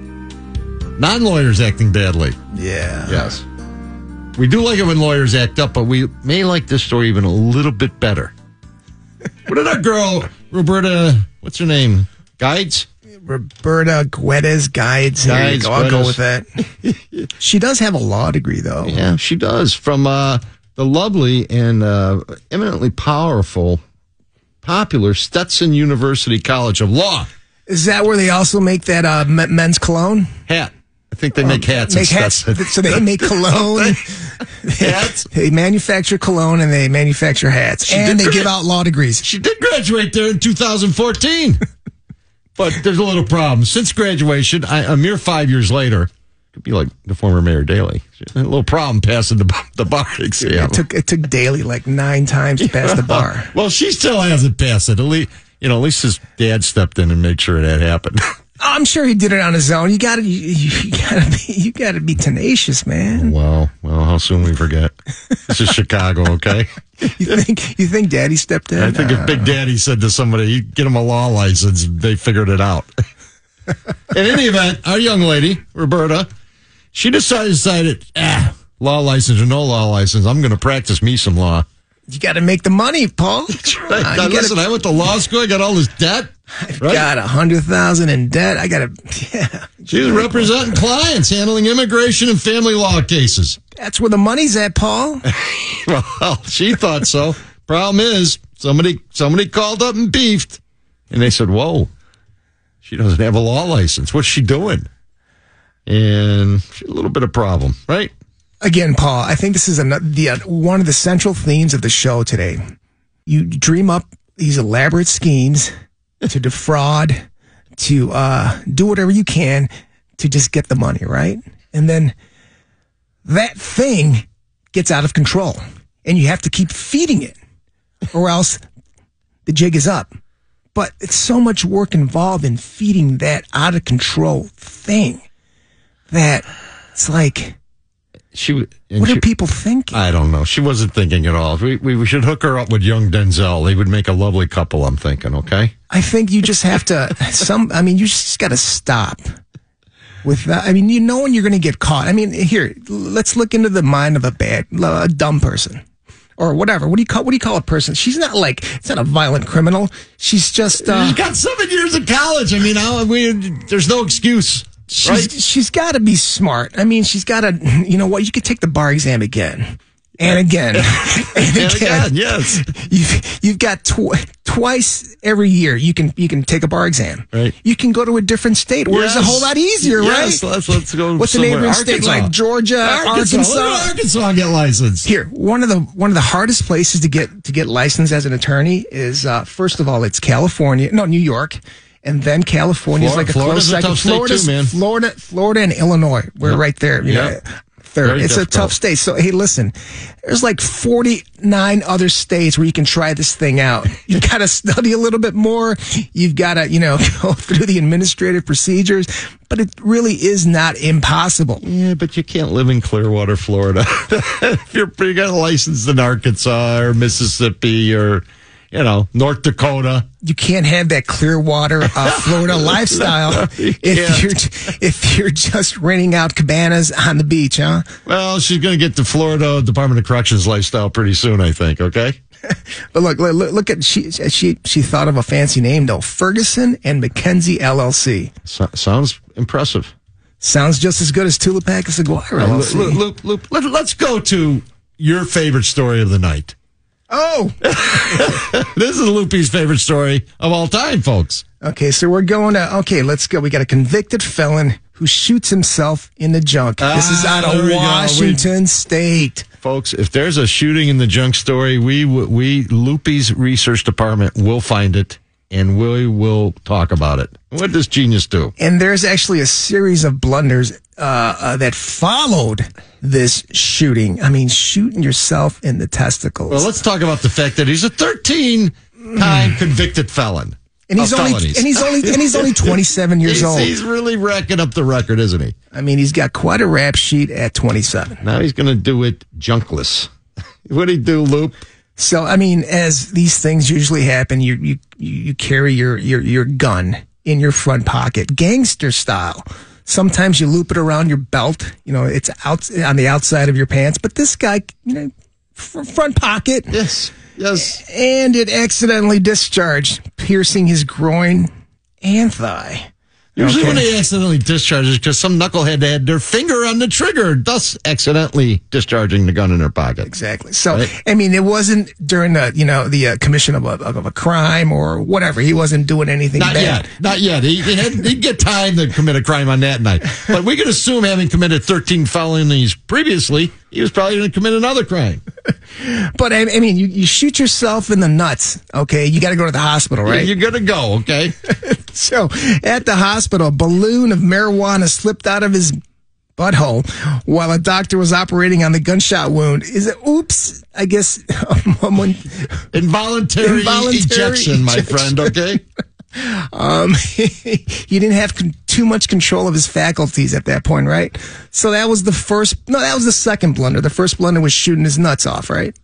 Speaker 4: non-lawyers acting badly.
Speaker 5: Yeah.
Speaker 4: Yes. We do like it when lawyers act up, but we may like this story even a little bit better. what did our girl, Roberta, what's her name? Guides?
Speaker 5: Roberta Guedes guides. There you
Speaker 4: Guides,
Speaker 5: go. I'll go
Speaker 4: Guedes.
Speaker 5: with that. she does have a law degree, though.
Speaker 4: Yeah, she does. From uh, the lovely and uh, eminently powerful, popular Stetson University College of Law.
Speaker 5: Is that where they also make that uh, me- men's cologne?
Speaker 4: Hat. I think they make hats
Speaker 5: make
Speaker 4: at
Speaker 5: hats.
Speaker 4: Stetson.
Speaker 5: So they make cologne.
Speaker 4: Hats?
Speaker 5: They manufacture cologne and they manufacture hats,
Speaker 4: did
Speaker 5: and they
Speaker 4: great.
Speaker 5: give out law degrees.
Speaker 4: She did graduate there in 2014. but there's a little problem. Since graduation, I, a mere five years later, could be like the former Mayor Daley. A little problem passing the, bar- the bar exam.
Speaker 5: It took it took daily like nine times to pass the bar.
Speaker 4: well, she still hasn't passed it. At least, you know, at least his dad stepped in and made sure that happened.
Speaker 5: Oh, I'm sure he did it on his own. You gotta you, you gotta be you gotta be tenacious, man.
Speaker 4: wow. Well, how soon we forget. This is Chicago, okay?
Speaker 5: You think you think Daddy stepped in? Uh,
Speaker 4: I think if Big Daddy said to somebody, you get him a law license, they figured it out. In any event, our young lady, Roberta, she decided, decided ah, law license or no law license, I'm going to practice me some law.
Speaker 5: you gotta make the money, Paul. Come on,
Speaker 4: I,
Speaker 5: Ah, you gotta-
Speaker 4: listen, I went to law school, I got all this debt. Right?
Speaker 5: got a hundred thousand in debt. I gotta. Yeah,
Speaker 4: She was representing clients, handling immigration and family law cases.
Speaker 5: that's where the money's at, Paul.
Speaker 4: Well, she thought so. Problem is, somebody somebody called up and beefed, and they said, "Whoa, she doesn't have a law license. What's she doing?" And she had a little bit of problem, right?
Speaker 5: Again, Paul, I think this is another, the, uh, one of the central themes of the show today. You dream up these elaborate schemes to defraud, to uh, do whatever you can to just get the money, right? And then that thing gets out of control and you have to keep feeding it or else the jig is up. But it's so much work involved in feeding that out of control thing that it's like,
Speaker 9: she w- and
Speaker 5: What
Speaker 9: she-
Speaker 5: are people thinking?
Speaker 4: I don't know. She wasn't thinking at all. We, we we should hook her up with young Denzel. They would make a lovely couple. I'm thinking. Okay.
Speaker 5: I think you just have to some I mean you just got to stop with that. I mean you know when you're going to get caught. I mean here, l- let's look into the mind of a bad a dumb person or whatever. What do you call what do you call a person? She's not like it's not a violent criminal. She's just uh,
Speaker 4: She's got seven years of college. I mean, I, we, there's no excuse.
Speaker 5: she's
Speaker 4: right?
Speaker 5: she's got to be smart. I mean she's got to you know what? You could take the bar exam again. And again, and
Speaker 4: And
Speaker 5: again,
Speaker 4: again, yes.
Speaker 5: you've you've got tw- twice every year you can you can take a bar exam.
Speaker 4: Right.
Speaker 5: You can go to a different state where it's a
Speaker 4: Yes.
Speaker 5: whole lot easier,
Speaker 4: Yes,
Speaker 5: right?
Speaker 4: let's- let's go
Speaker 5: What's the
Speaker 4: somewhere.
Speaker 5: neighboring state
Speaker 4: Arkansas.
Speaker 5: like? Georgia,
Speaker 4: Arkansas.
Speaker 5: Arkansas.
Speaker 4: Let Arkansas get licensed.
Speaker 5: Here, one of the one of the hardest places to get to get licensed as an attorney is uh, first of all it's California, no New York, and then California is
Speaker 4: Flor-
Speaker 5: like a
Speaker 4: Florida's
Speaker 5: close
Speaker 4: a
Speaker 5: second.
Speaker 4: tough state too,
Speaker 5: Florida's-
Speaker 4: man.
Speaker 5: Florida, Florida, and Illinois. We're right there. You
Speaker 4: Yep.
Speaker 5: know, third.
Speaker 4: Very
Speaker 5: it's a
Speaker 4: difficult.
Speaker 5: tough state. So hey, listen, there's like 49 other states where you can try this thing out. You got to study a little bit more. You've got to you know go through the administrative procedures, but it really is not impossible.
Speaker 4: Yeah, but you can't live in Clearwater, Florida. if you're you got a license in Arkansas or Mississippi or you know North Dakota,
Speaker 5: you can't have that Clearwater, uh, Florida lifestyle
Speaker 4: you
Speaker 5: if
Speaker 4: can't.
Speaker 5: you're if you're just renting out cabanas on the beach, huh?
Speaker 4: well, she's going to get the Florida Department of Corrections lifestyle pretty soon, I think. Okay,
Speaker 5: But look, look, look- look at she she she thought of a fancy name though, Ferguson and McKenzie LLC.
Speaker 4: So- sounds impressive.
Speaker 5: Sounds just as good as Tulipac and Aguirre.
Speaker 4: Now,
Speaker 5: LLC.
Speaker 4: Lu- Lu- Lu- Lu- let, let's go to your favorite story of the night.
Speaker 5: Oh,
Speaker 4: This is Loopy's favorite story of all time, folks.
Speaker 5: okay. So we're going to okay. Let's go. We got a convicted felon who shoots himself in the junk. this is
Speaker 4: Ah,
Speaker 5: out
Speaker 4: there we
Speaker 5: of
Speaker 4: go. We-
Speaker 5: Washington State.
Speaker 4: Folks, if there's a shooting in the junk story, we w- we Loopy's research department will find it and we will talk about it. What does genius do?
Speaker 5: And there's actually a series of blunders uh, uh, that followed this shooting. I mean, shooting yourself in the testicles.
Speaker 4: Well, let's talk about the fact that he's a 13 time convicted felon.
Speaker 5: and he's
Speaker 4: of
Speaker 5: only
Speaker 4: felonies.
Speaker 5: and he's only and he's only 27 years
Speaker 4: He's-
Speaker 5: old.
Speaker 4: He's really racking up the record, isn't he?
Speaker 5: I mean, he's got quite a rap sheet at 27.
Speaker 4: Now he's going to do it junkless. What'd he do, Loop?
Speaker 5: So, I mean, as these things usually happen, you you you carry your your your gun in your front pocket, gangster style. Sometimes you loop it around your belt. You know, it's out on the outside of your pants. But this guy, you know, fr- front pocket.
Speaker 4: Yes. Yes.
Speaker 5: and it accidentally discharged, piercing his groin and thigh.
Speaker 4: Usually
Speaker 5: Okay.
Speaker 4: when they accidentally discharge is because some knucklehead had their finger on the trigger, thus accidentally discharging the gun in their pocket.
Speaker 5: Exactly. So,
Speaker 4: Right.
Speaker 5: I mean, it wasn't during the you know the uh, commission of a, of a crime or whatever. He wasn't doing anything
Speaker 4: Not
Speaker 5: bad.
Speaker 4: yet. Not yet. He, he had, he'd get time to commit a crime on that night. But we can assume, having committed 13 felonies previously, he was probably going to commit another crime.
Speaker 5: But I, I mean, you, you shoot yourself in the nuts. Okay, you got to go to the hospital, right?
Speaker 4: You're going to go, okay?
Speaker 5: So at the hospital, a balloon of marijuana slipped out of his butthole while a doctor was operating on the gunshot wound. Is it? Oops. I guess. someone-
Speaker 4: Involuntary,
Speaker 5: Involuntary
Speaker 4: ejection, my
Speaker 5: ejection.
Speaker 4: friend, okay?
Speaker 5: Um, he didn't have con- too much control of his faculties at that point, right? So that was the first. No, that was the second blunder. The first blunder was shooting his nuts off, right?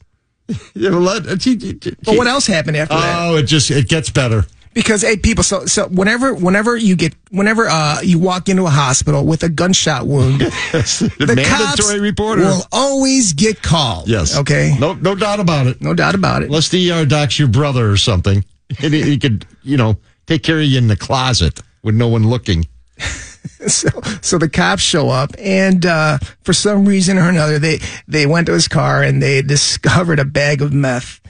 Speaker 4: Yeah, well, let- uh, he- he- he-
Speaker 5: But what else happened after that?
Speaker 4: Oh, it just it gets better.
Speaker 5: Because hey, people. So so whenever whenever you get whenever uh you walk into a hospital with a gunshot wound,
Speaker 4: the
Speaker 5: the
Speaker 4: mandatory
Speaker 5: cops
Speaker 4: reporter.
Speaker 5: will always get called.
Speaker 4: yes.
Speaker 5: Okay.
Speaker 4: No, no doubt about it.
Speaker 5: No doubt about it.
Speaker 4: Unless the ER doc's your brother or something, and he, he could, you know, take care of you in the closet with no one looking.
Speaker 5: so, so the cops show up and uh, for some reason or another they they went to his car and they discovered a bag of meth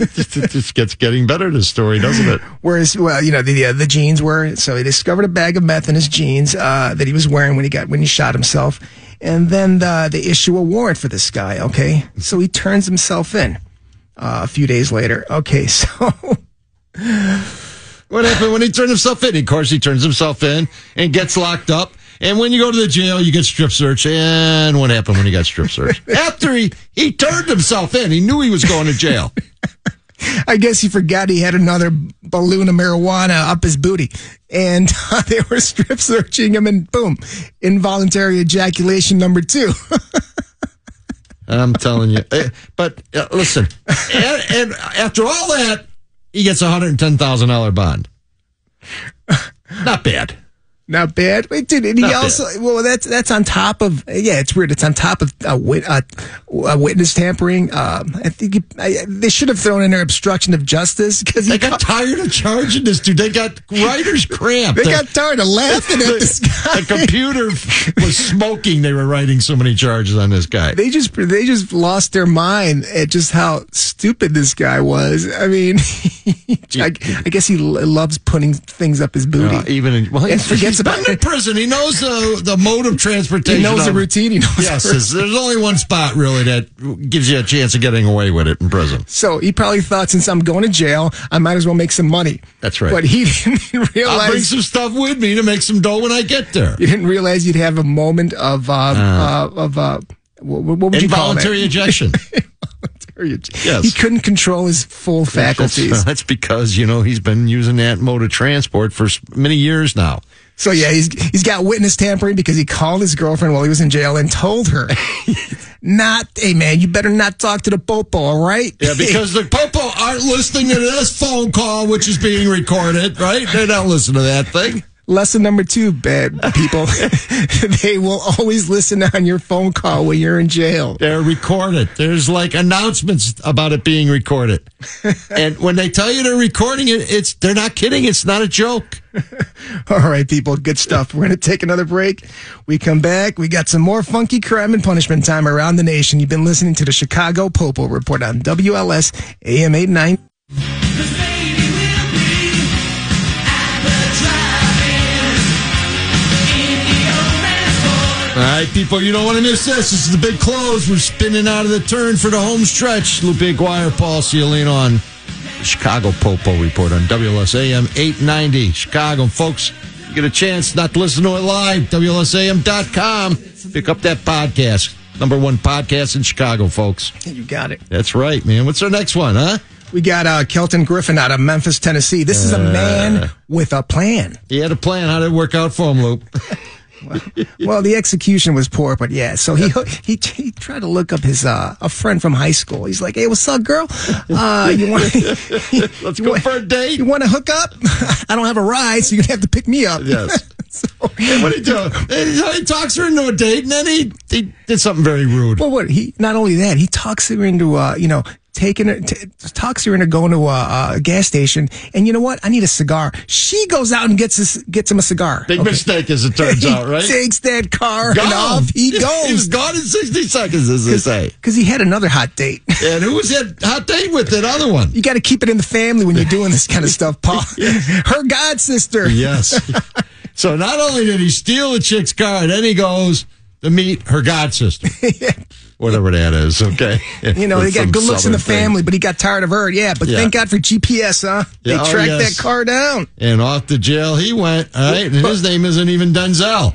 Speaker 4: it just gets getting better. This story, doesn't it?
Speaker 5: whereas well you know the uh, the jeans were so he discovered a bag of meth in his jeans uh, that he was wearing when he got when he shot himself and then uh, they issue a warrant for this guy okay so he turns himself in uh, a few days later okay so
Speaker 4: What happened when he turned himself in? Of course, he turns himself in and gets locked up. And when you go to the jail, you get strip search. And what happened when he got strip search? After he he turned himself in, he knew he was going to jail.
Speaker 5: I guess he forgot he had another balloon of marijuana up his booty. And they were strip searching him, and boom, involuntary ejaculation number two.
Speaker 4: I'm telling you. Eh, But uh, listen, and, and after all that, he gets a $110,000 bond. Not bad.
Speaker 5: Not bad. Wait, dude, and he
Speaker 4: Not bad.
Speaker 5: also well, that's that's on top of yeah, it's weird. It's on top of a, wit, uh, a witness tampering. Um, I think he, I, they should have thrown in there obstruction of justice because
Speaker 4: They
Speaker 5: he
Speaker 4: got
Speaker 5: got,
Speaker 4: tired of charging this dude. They got writer's cramp.
Speaker 5: they
Speaker 4: The-
Speaker 5: got tired of laughing at this guy.
Speaker 4: the computer was smoking. They were writing so many charges on this guy.
Speaker 5: They just they just lost their mind at just how stupid this guy was. I mean, I, I guess he lo- loves putting things up his booty.
Speaker 4: Uh, even in, well,
Speaker 5: And
Speaker 4: he's- he's
Speaker 5: forgets about
Speaker 4: been in
Speaker 5: it.
Speaker 4: prison. He knows the the mode of transportation.
Speaker 5: he knows the
Speaker 4: of-
Speaker 5: routine. He knows the
Speaker 4: Yes,
Speaker 5: routine.
Speaker 4: there's there's only one spot really that gives you a chance of getting away with it in prison.
Speaker 5: So he probably thought, since I'm going to jail, I might as well make some money.
Speaker 4: That's right.
Speaker 5: But he didn't
Speaker 4: I'll bring
Speaker 5: realize.
Speaker 4: some stuff with me to make some dough when I get there.
Speaker 5: you didn't realize you'd have a moment of uh, uh, of uh, what, what would you call that?
Speaker 4: Involuntary ejection. Yes.
Speaker 5: He couldn't control his full faculties.
Speaker 4: That's, that's because you know he's been using that mode of transport for s- many years now.
Speaker 5: So yeah, he's he's got witness tampering because he called his girlfriend while he was in jail and told her, "Not, hey man, you better not talk to the popo, all right?"
Speaker 4: Yeah, because the popo aren't listening to this phone call, which is being recorded. Right? They don't listen to that thing.
Speaker 5: Lesson number two, bad people, they will always listen on your phone call when you're in jail.
Speaker 4: They're recorded. There's like announcements about it being recorded. and when they tell you they're recording it, it's they're not kidding. It's not a joke.
Speaker 5: All right, people, good stuff. We're going to take another break. We come back. We got some more funky crime and punishment time around the nation. You've been listening to the Chicago Popo Report on WLS AM 89.
Speaker 4: All right, people, you don't want to miss this. This is the big close. We're spinning out of the turn for the home stretch. Lupe Aguirre, Paul Cialino on the Chicago Popo Report on WLSAM 890. Chicago, And folks, you get a chance not to listen to it live. WLSAM.com. Pick up that podcast. Number one podcast in Chicago, folks.
Speaker 5: You got it.
Speaker 4: That's right, man. What's our next one, huh?
Speaker 5: We got uh, Kelton Griffin out of Memphis, Tennessee. This is a man with a plan.
Speaker 4: He had a plan. How did it work out for him, Luke?
Speaker 5: Well, the execution was poor, but yeah. So he he, he tried to look up his uh, a friend from high school. He's like, "Hey, what's up, girl? Uh, you want
Speaker 4: Let's go for a date.
Speaker 5: you want to hook up? I don't have a ride, so you're gonna have to pick me up."
Speaker 4: Yes.
Speaker 5: so,
Speaker 4: What did he do? He he talks her into a date, and then he, he did something very rude.
Speaker 5: Well, what he? Not only that, he talks her into uh, you know taking her, t- talks her into going to uh, a, a gas station, and you know what? I need a cigar. She goes out and gets us gets him a cigar.
Speaker 4: Big
Speaker 5: Okay.
Speaker 4: mistake, as it turns out, right?
Speaker 5: He takes that car
Speaker 4: Gone.
Speaker 5: and off he
Speaker 4: He was
Speaker 5: goes
Speaker 4: gone in 60 seconds, as they say.
Speaker 5: because he had another hot date.
Speaker 4: And who was that hot date with that other one?
Speaker 5: You got to keep it in the family when you're doing this kind of stuff, Paul. Her god sister.
Speaker 4: Yes. so not only did he steal the chick's car, then he goes to meet her god sister. Whatever that is, okay.
Speaker 5: You know, they
Speaker 4: It's
Speaker 5: got
Speaker 4: some
Speaker 5: good looks in the
Speaker 4: southern thing.
Speaker 5: family, but he got tired of her. Yeah, but
Speaker 4: Yeah.
Speaker 5: thank God for GPS, huh? They
Speaker 4: Yeah, oh,
Speaker 5: tracked
Speaker 4: yes.
Speaker 5: that car down.
Speaker 4: And off to jail he went, all right? And his name isn't even Denzel.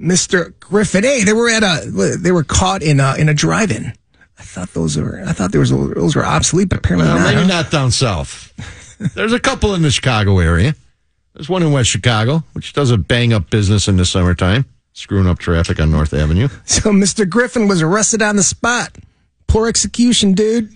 Speaker 5: Mr. Griffin. Hey, they were at a they were caught in a in a drive-in. I thought those were I thought there was those were obsolete, but apparently
Speaker 4: Well,
Speaker 5: not.
Speaker 4: maybe
Speaker 5: huh?
Speaker 4: not down south. There's a couple in the Chicago area. There's one in West Chicago, which does a bang up business in the summertime, screwing up traffic on North Avenue.
Speaker 5: So Mr. Griffin was arrested on the spot. Poor execution, dude.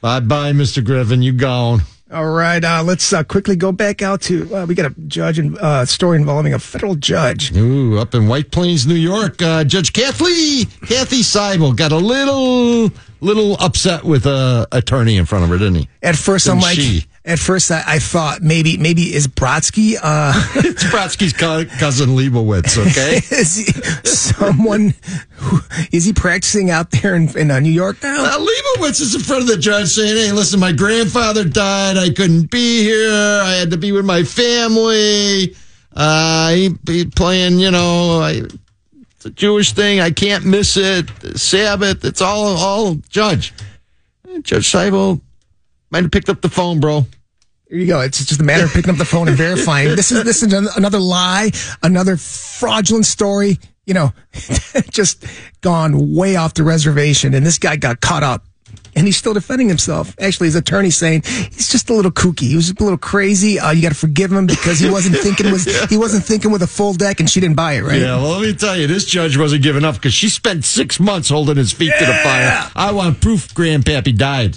Speaker 4: Bye bye, Mr. Griffin. You gone.
Speaker 5: All right, uh, let's uh, quickly go back out to uh, we got a judge and uh, story involving a federal judge.
Speaker 4: Ooh, up in White Plains, New York, uh, Judge Kathleen Kathy Seibel got a little little upset with a attorney in front of her, didn't he?
Speaker 5: At first, I'm
Speaker 4: And
Speaker 5: like,
Speaker 4: she.
Speaker 5: at first I, I thought maybe maybe is Brodsky uh,
Speaker 4: It's Brodsky's co- cousin Leibowitz. Okay,
Speaker 5: is he someone who is he practicing out there in, in uh, New York now?
Speaker 4: Now, Leibowitz is in front of the judge saying, Hey, listen, my grandfather died. I couldn't be here. I had to be with my family. Uh, he, he playing, you know, I, it's a Jewish thing. I can't miss it. Sabbath. It's all, all judge. And Judge Seibel might have picked up the phone, bro.
Speaker 5: Here you go. It's just a matter of picking up the phone and verifying. This is this is an- another lie, another fraudulent story. You know, just gone way off the reservation, and this guy got caught up. and he's still defending himself. Actually, his attorney saying he's just a little kooky. He was a little crazy. Uh, you got to forgive him because he wasn't thinking was he wasn't thinking with a full deck, and she didn't buy it, right?
Speaker 4: Yeah, well, let me tell you, this judge wasn't giving up because she spent six months holding his feet to the fire. I want proof Grandpappy died.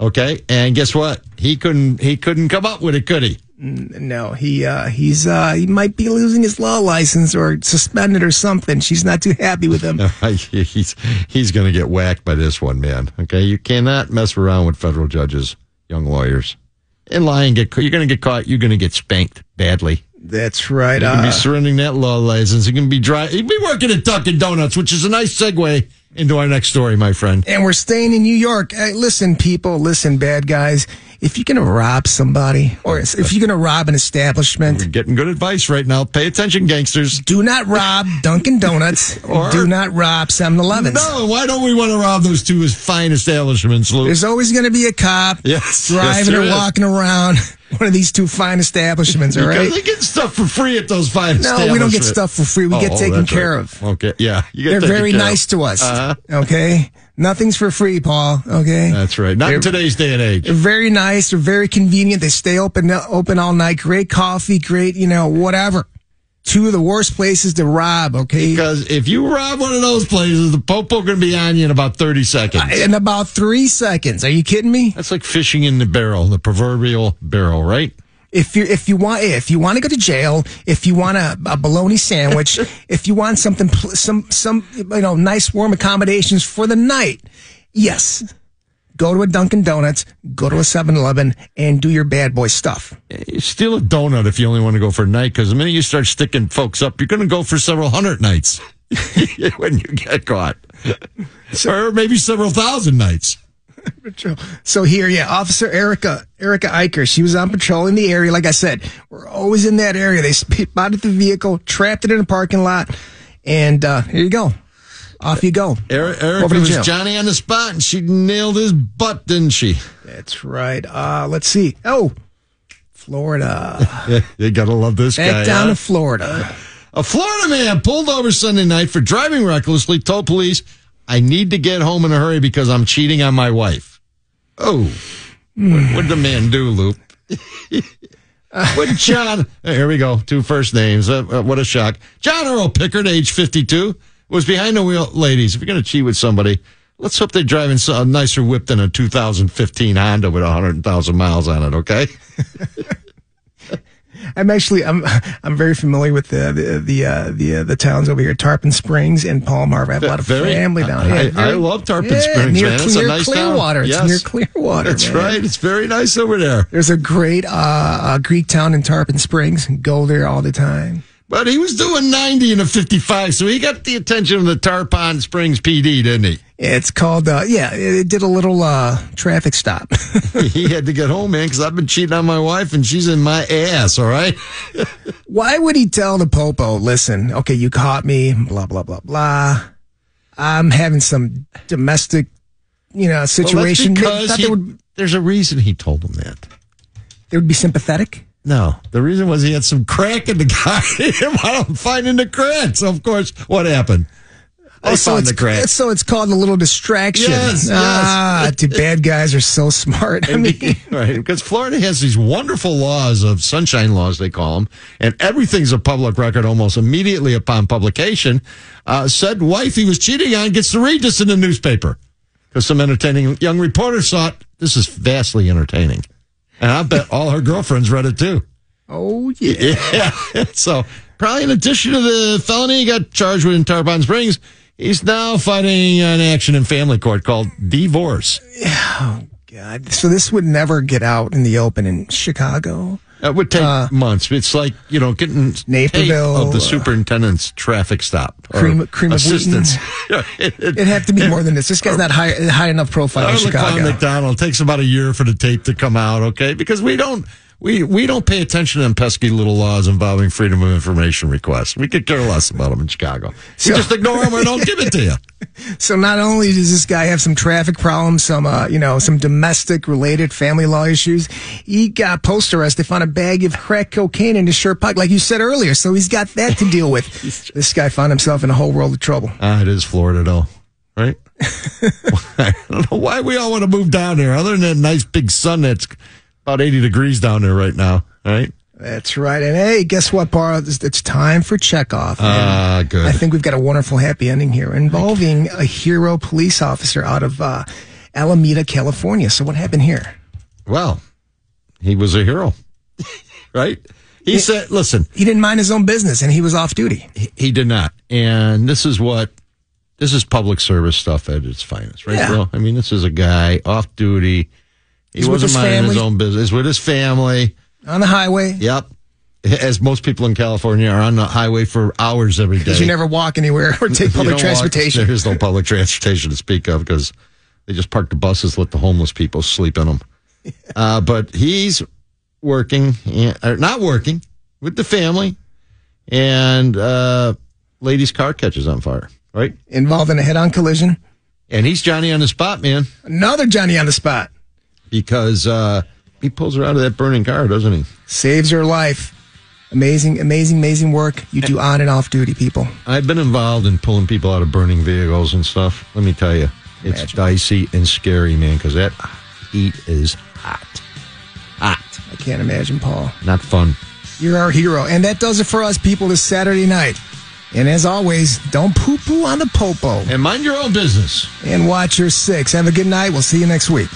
Speaker 4: Okay, and guess what? He couldn't. He couldn't come up with it, could he?
Speaker 5: No, he uh, he's uh, he might be losing his law license or suspended or something. She's not too happy with him.
Speaker 4: he's he's going to get whacked by this one, man. Okay, you cannot mess around with federal judges, young lawyers, and lying. Get you're going to get caught. You're going to get spanked badly.
Speaker 5: That's right.
Speaker 4: You're going to be
Speaker 5: Uh,
Speaker 4: surrendering that law license. You're going to be dry. You'd be working at Dunkin' Donuts, which is a nice segue into our next story, my friend.
Speaker 5: and we're staying in New York. Hey, listen, people, listen, bad guys. If you're gonna rob somebody, or if you're gonna rob an establishment,
Speaker 4: You're getting good advice right now. Pay attention, gangsters.
Speaker 5: do not rob Dunkin' Donuts.
Speaker 4: Or-
Speaker 5: do not rob 7-Elevens.
Speaker 4: No, why don't we want to rob those two fine establishments, Lou?
Speaker 5: There's always going to be a cop
Speaker 4: Yes, yes,
Speaker 5: driving
Speaker 4: there
Speaker 5: or
Speaker 4: is.
Speaker 5: walking around one of these two fine establishments, all right?
Speaker 4: Because they get stuff for free at those fine
Speaker 5: No, we don't get
Speaker 4: establishments. Oh,
Speaker 5: stuff for free. We get taken
Speaker 4: that's
Speaker 5: care
Speaker 4: right.
Speaker 5: of.
Speaker 4: Okay, yeah. You get
Speaker 5: They're
Speaker 4: taken
Speaker 5: very
Speaker 4: care
Speaker 5: nice
Speaker 4: of.
Speaker 5: to us,
Speaker 4: Uh-huh.
Speaker 5: okay? Nothing's for free, Paul, okay?
Speaker 4: That's right. Not in
Speaker 5: They're-
Speaker 4: today's day and age.
Speaker 5: They're very nice. They're very convenient. They stay open open all night. Great coffee, great, you know, whatever. Two of the worst places to rob, okay?
Speaker 4: Because if you rob one of those places, the popo going to be on you in about 30 seconds.
Speaker 5: In about three seconds. Are you kidding me?
Speaker 4: That's like fishing in the barrel, the proverbial barrel, right?
Speaker 5: If you if you want if you want to go to jail, if you want a, a bologna sandwich, if you want something pl- some some you know nice warm accommodations for the night, yes, go to a Dunkin' Donuts, go to a 7-Eleven, and do your bad boy stuff.
Speaker 4: You steal a donut if you only want to go for a night, because the minute you start sticking folks up, you're going to go for several hundred nights when you get caught. or maybe several thousand nights.
Speaker 5: True. So here, yeah, Officer Erica Erica Eicher, she was on patrol in the area. Like I said, we're always in that area. They spotted the vehicle, trapped it in a parking lot, and uh, here you go. Off you go.
Speaker 4: Eric, Eric
Speaker 5: Over to
Speaker 4: was
Speaker 5: jail.
Speaker 4: Johnny on the spot, and she nailed his butt, didn't she?
Speaker 5: That's right. Uh, let's see. Oh, Florida.
Speaker 4: You gotta love this guy.
Speaker 5: Back down
Speaker 4: huh?
Speaker 5: to Florida.
Speaker 4: A Florida man pulled over Sunday night for driving recklessly told police, "I need to get home in a hurry because I'm cheating on my wife." Oh, what would the man do, Lou? what John? hey, Here we go. Two first names. Uh, uh, what a shock! John Earl Pickard, age 52, was behind the wheel. Ladies, if you're gonna cheat with somebody, let's hope they're driving so- a nicer whip than a 2015 Honda with 100,000 miles on it. Okay.
Speaker 5: I'm actually I'm I'm very familiar with the the the uh, the, uh, the towns over here, Tarpon Springs and Palmar. I have a lot of
Speaker 4: Very-
Speaker 5: family down
Speaker 4: I-
Speaker 5: here.
Speaker 4: I- I love Tarpon
Speaker 5: Yeah,
Speaker 4: Springs,
Speaker 5: near
Speaker 4: man. That's a
Speaker 5: Clear,
Speaker 4: nice town.
Speaker 5: Clearwater. It's
Speaker 4: Yes.
Speaker 5: near Clearwater.
Speaker 4: That's
Speaker 5: man.
Speaker 4: right. It's very nice over there.
Speaker 5: There's a great uh, uh, Greek town in Tarpon Springs. Go there all the time.
Speaker 4: But he was doing 90 and a 55, so he got the attention of the Tarpon Springs PD, didn't he?
Speaker 5: It's called uh, yeah. It, it did a little uh, traffic stop.
Speaker 4: he had to get home, man, because I've been cheating on my wife and she's in my ass, all right?
Speaker 5: Why would he tell the popo? Listen, okay, you caught me. Blah blah blah blah. I'm having some domestic, you know,
Speaker 4: Well, that's
Speaker 5: situation. They
Speaker 4: because
Speaker 5: thought
Speaker 4: he-
Speaker 5: they would
Speaker 4: there's a reason he told him that.
Speaker 5: they would be sympathetic.
Speaker 4: No, the reason was he had some crack in the guy. He didn't want him finding the crack. So, of course, what happened? They
Speaker 5: so
Speaker 4: found
Speaker 5: it's
Speaker 4: the crack.
Speaker 5: so it's called a little distraction.
Speaker 4: Yes, yes.
Speaker 5: ah, dude, bad guys are so smart. I mean,
Speaker 4: right, because Florida has these wonderful laws of sunshine laws, they call them, and everything's a public record almost immediately upon publication. Uh, said wife he was cheating on gets to read this in the newspaper because some entertaining young reporter saw it. This is vastly entertaining, and I bet all her girlfriends read it too.
Speaker 5: oh yeah.
Speaker 4: Yeah, so probably in addition to the felony he got charged with in Tarpon Springs, he's now fighting an action in family court called divorce.
Speaker 5: God. So this would never get out in the open in Chicago.
Speaker 4: It would take months. It's like you know getting
Speaker 5: Uh, Naperville,
Speaker 4: tape of the
Speaker 5: uh,
Speaker 4: superintendent's traffic stop or
Speaker 5: Cream- cream of wheat.
Speaker 4: assistance.
Speaker 5: It'd have to be more than this. This guy's not high high enough profile in
Speaker 4: Arlen Klein
Speaker 5: Chicago.
Speaker 4: McDonald it takes about a year for the tape to come out. Okay, because we don't we we don't pay attention to them pesky little laws involving freedom of information requests. We could care less about them in Chicago. We just ignore them or don't give it to you.
Speaker 5: So not only does this guy have some traffic problems, some uh, you know, some domestic related family law issues, he got post arrest. They found a bag of crack cocaine in his shirt pocket, like you said earlier. So he's got that to deal with. this guy found himself in a whole world of trouble.
Speaker 4: Ah, it is Florida though, right? I don't know why we all want to move down there, other than that nice big sun that's about 80 degrees down there right now, right?
Speaker 5: That's right. And hey, guess what, Bar? It's it's time for checkoff.
Speaker 4: Ah,
Speaker 5: And
Speaker 4: good.
Speaker 5: I think we've got a wonderful happy ending here involving a hero police officer out of uh, Alameda, California. So what happened here?
Speaker 4: Well, he was a hero, right? He said, listen,
Speaker 5: He didn't mind his own business and he was off duty.
Speaker 4: he did not. And this is what this is public service stuff at its finest, right,
Speaker 5: Yeah.
Speaker 4: Bill? I mean, this is a guy off duty. He
Speaker 5: He's with
Speaker 4: wasn't
Speaker 5: his
Speaker 4: minding his
Speaker 5: family.
Speaker 4: own business with his family.
Speaker 5: On the highway.
Speaker 4: Yep. As most people in California are on the highway for hours every day.
Speaker 5: Because you never walk anywhere or take
Speaker 4: You
Speaker 5: public
Speaker 4: don't walk-
Speaker 5: transportation.
Speaker 4: there is no public transportation to speak of because they just park the buses, let the homeless people sleep in them. Uh, but he's working, eh, or not working, with the family, and uh, lady's car catches on fire, right?
Speaker 5: Involved in a head on collision.
Speaker 4: And he's Johnny on the spot, man,
Speaker 5: Another Johnny on the spot.
Speaker 4: because uh, he pulls her out of that burning car, doesn't he?
Speaker 5: Saves her life. Amazing, amazing, amazing work you do on and off duty, people.
Speaker 4: I've been involved in pulling people out of burning vehicles and stuff. Let me tell you, it's dicey and scary, man, because that heat is hot. Hot.
Speaker 5: I can't imagine, Paul.
Speaker 4: Not fun.
Speaker 5: You're our hero. And that does it for us, people, this Saturday night. And as always, don't poo poo on the popo
Speaker 4: And mind your own business.
Speaker 5: and watch your six. Have a good night. We'll see you next week.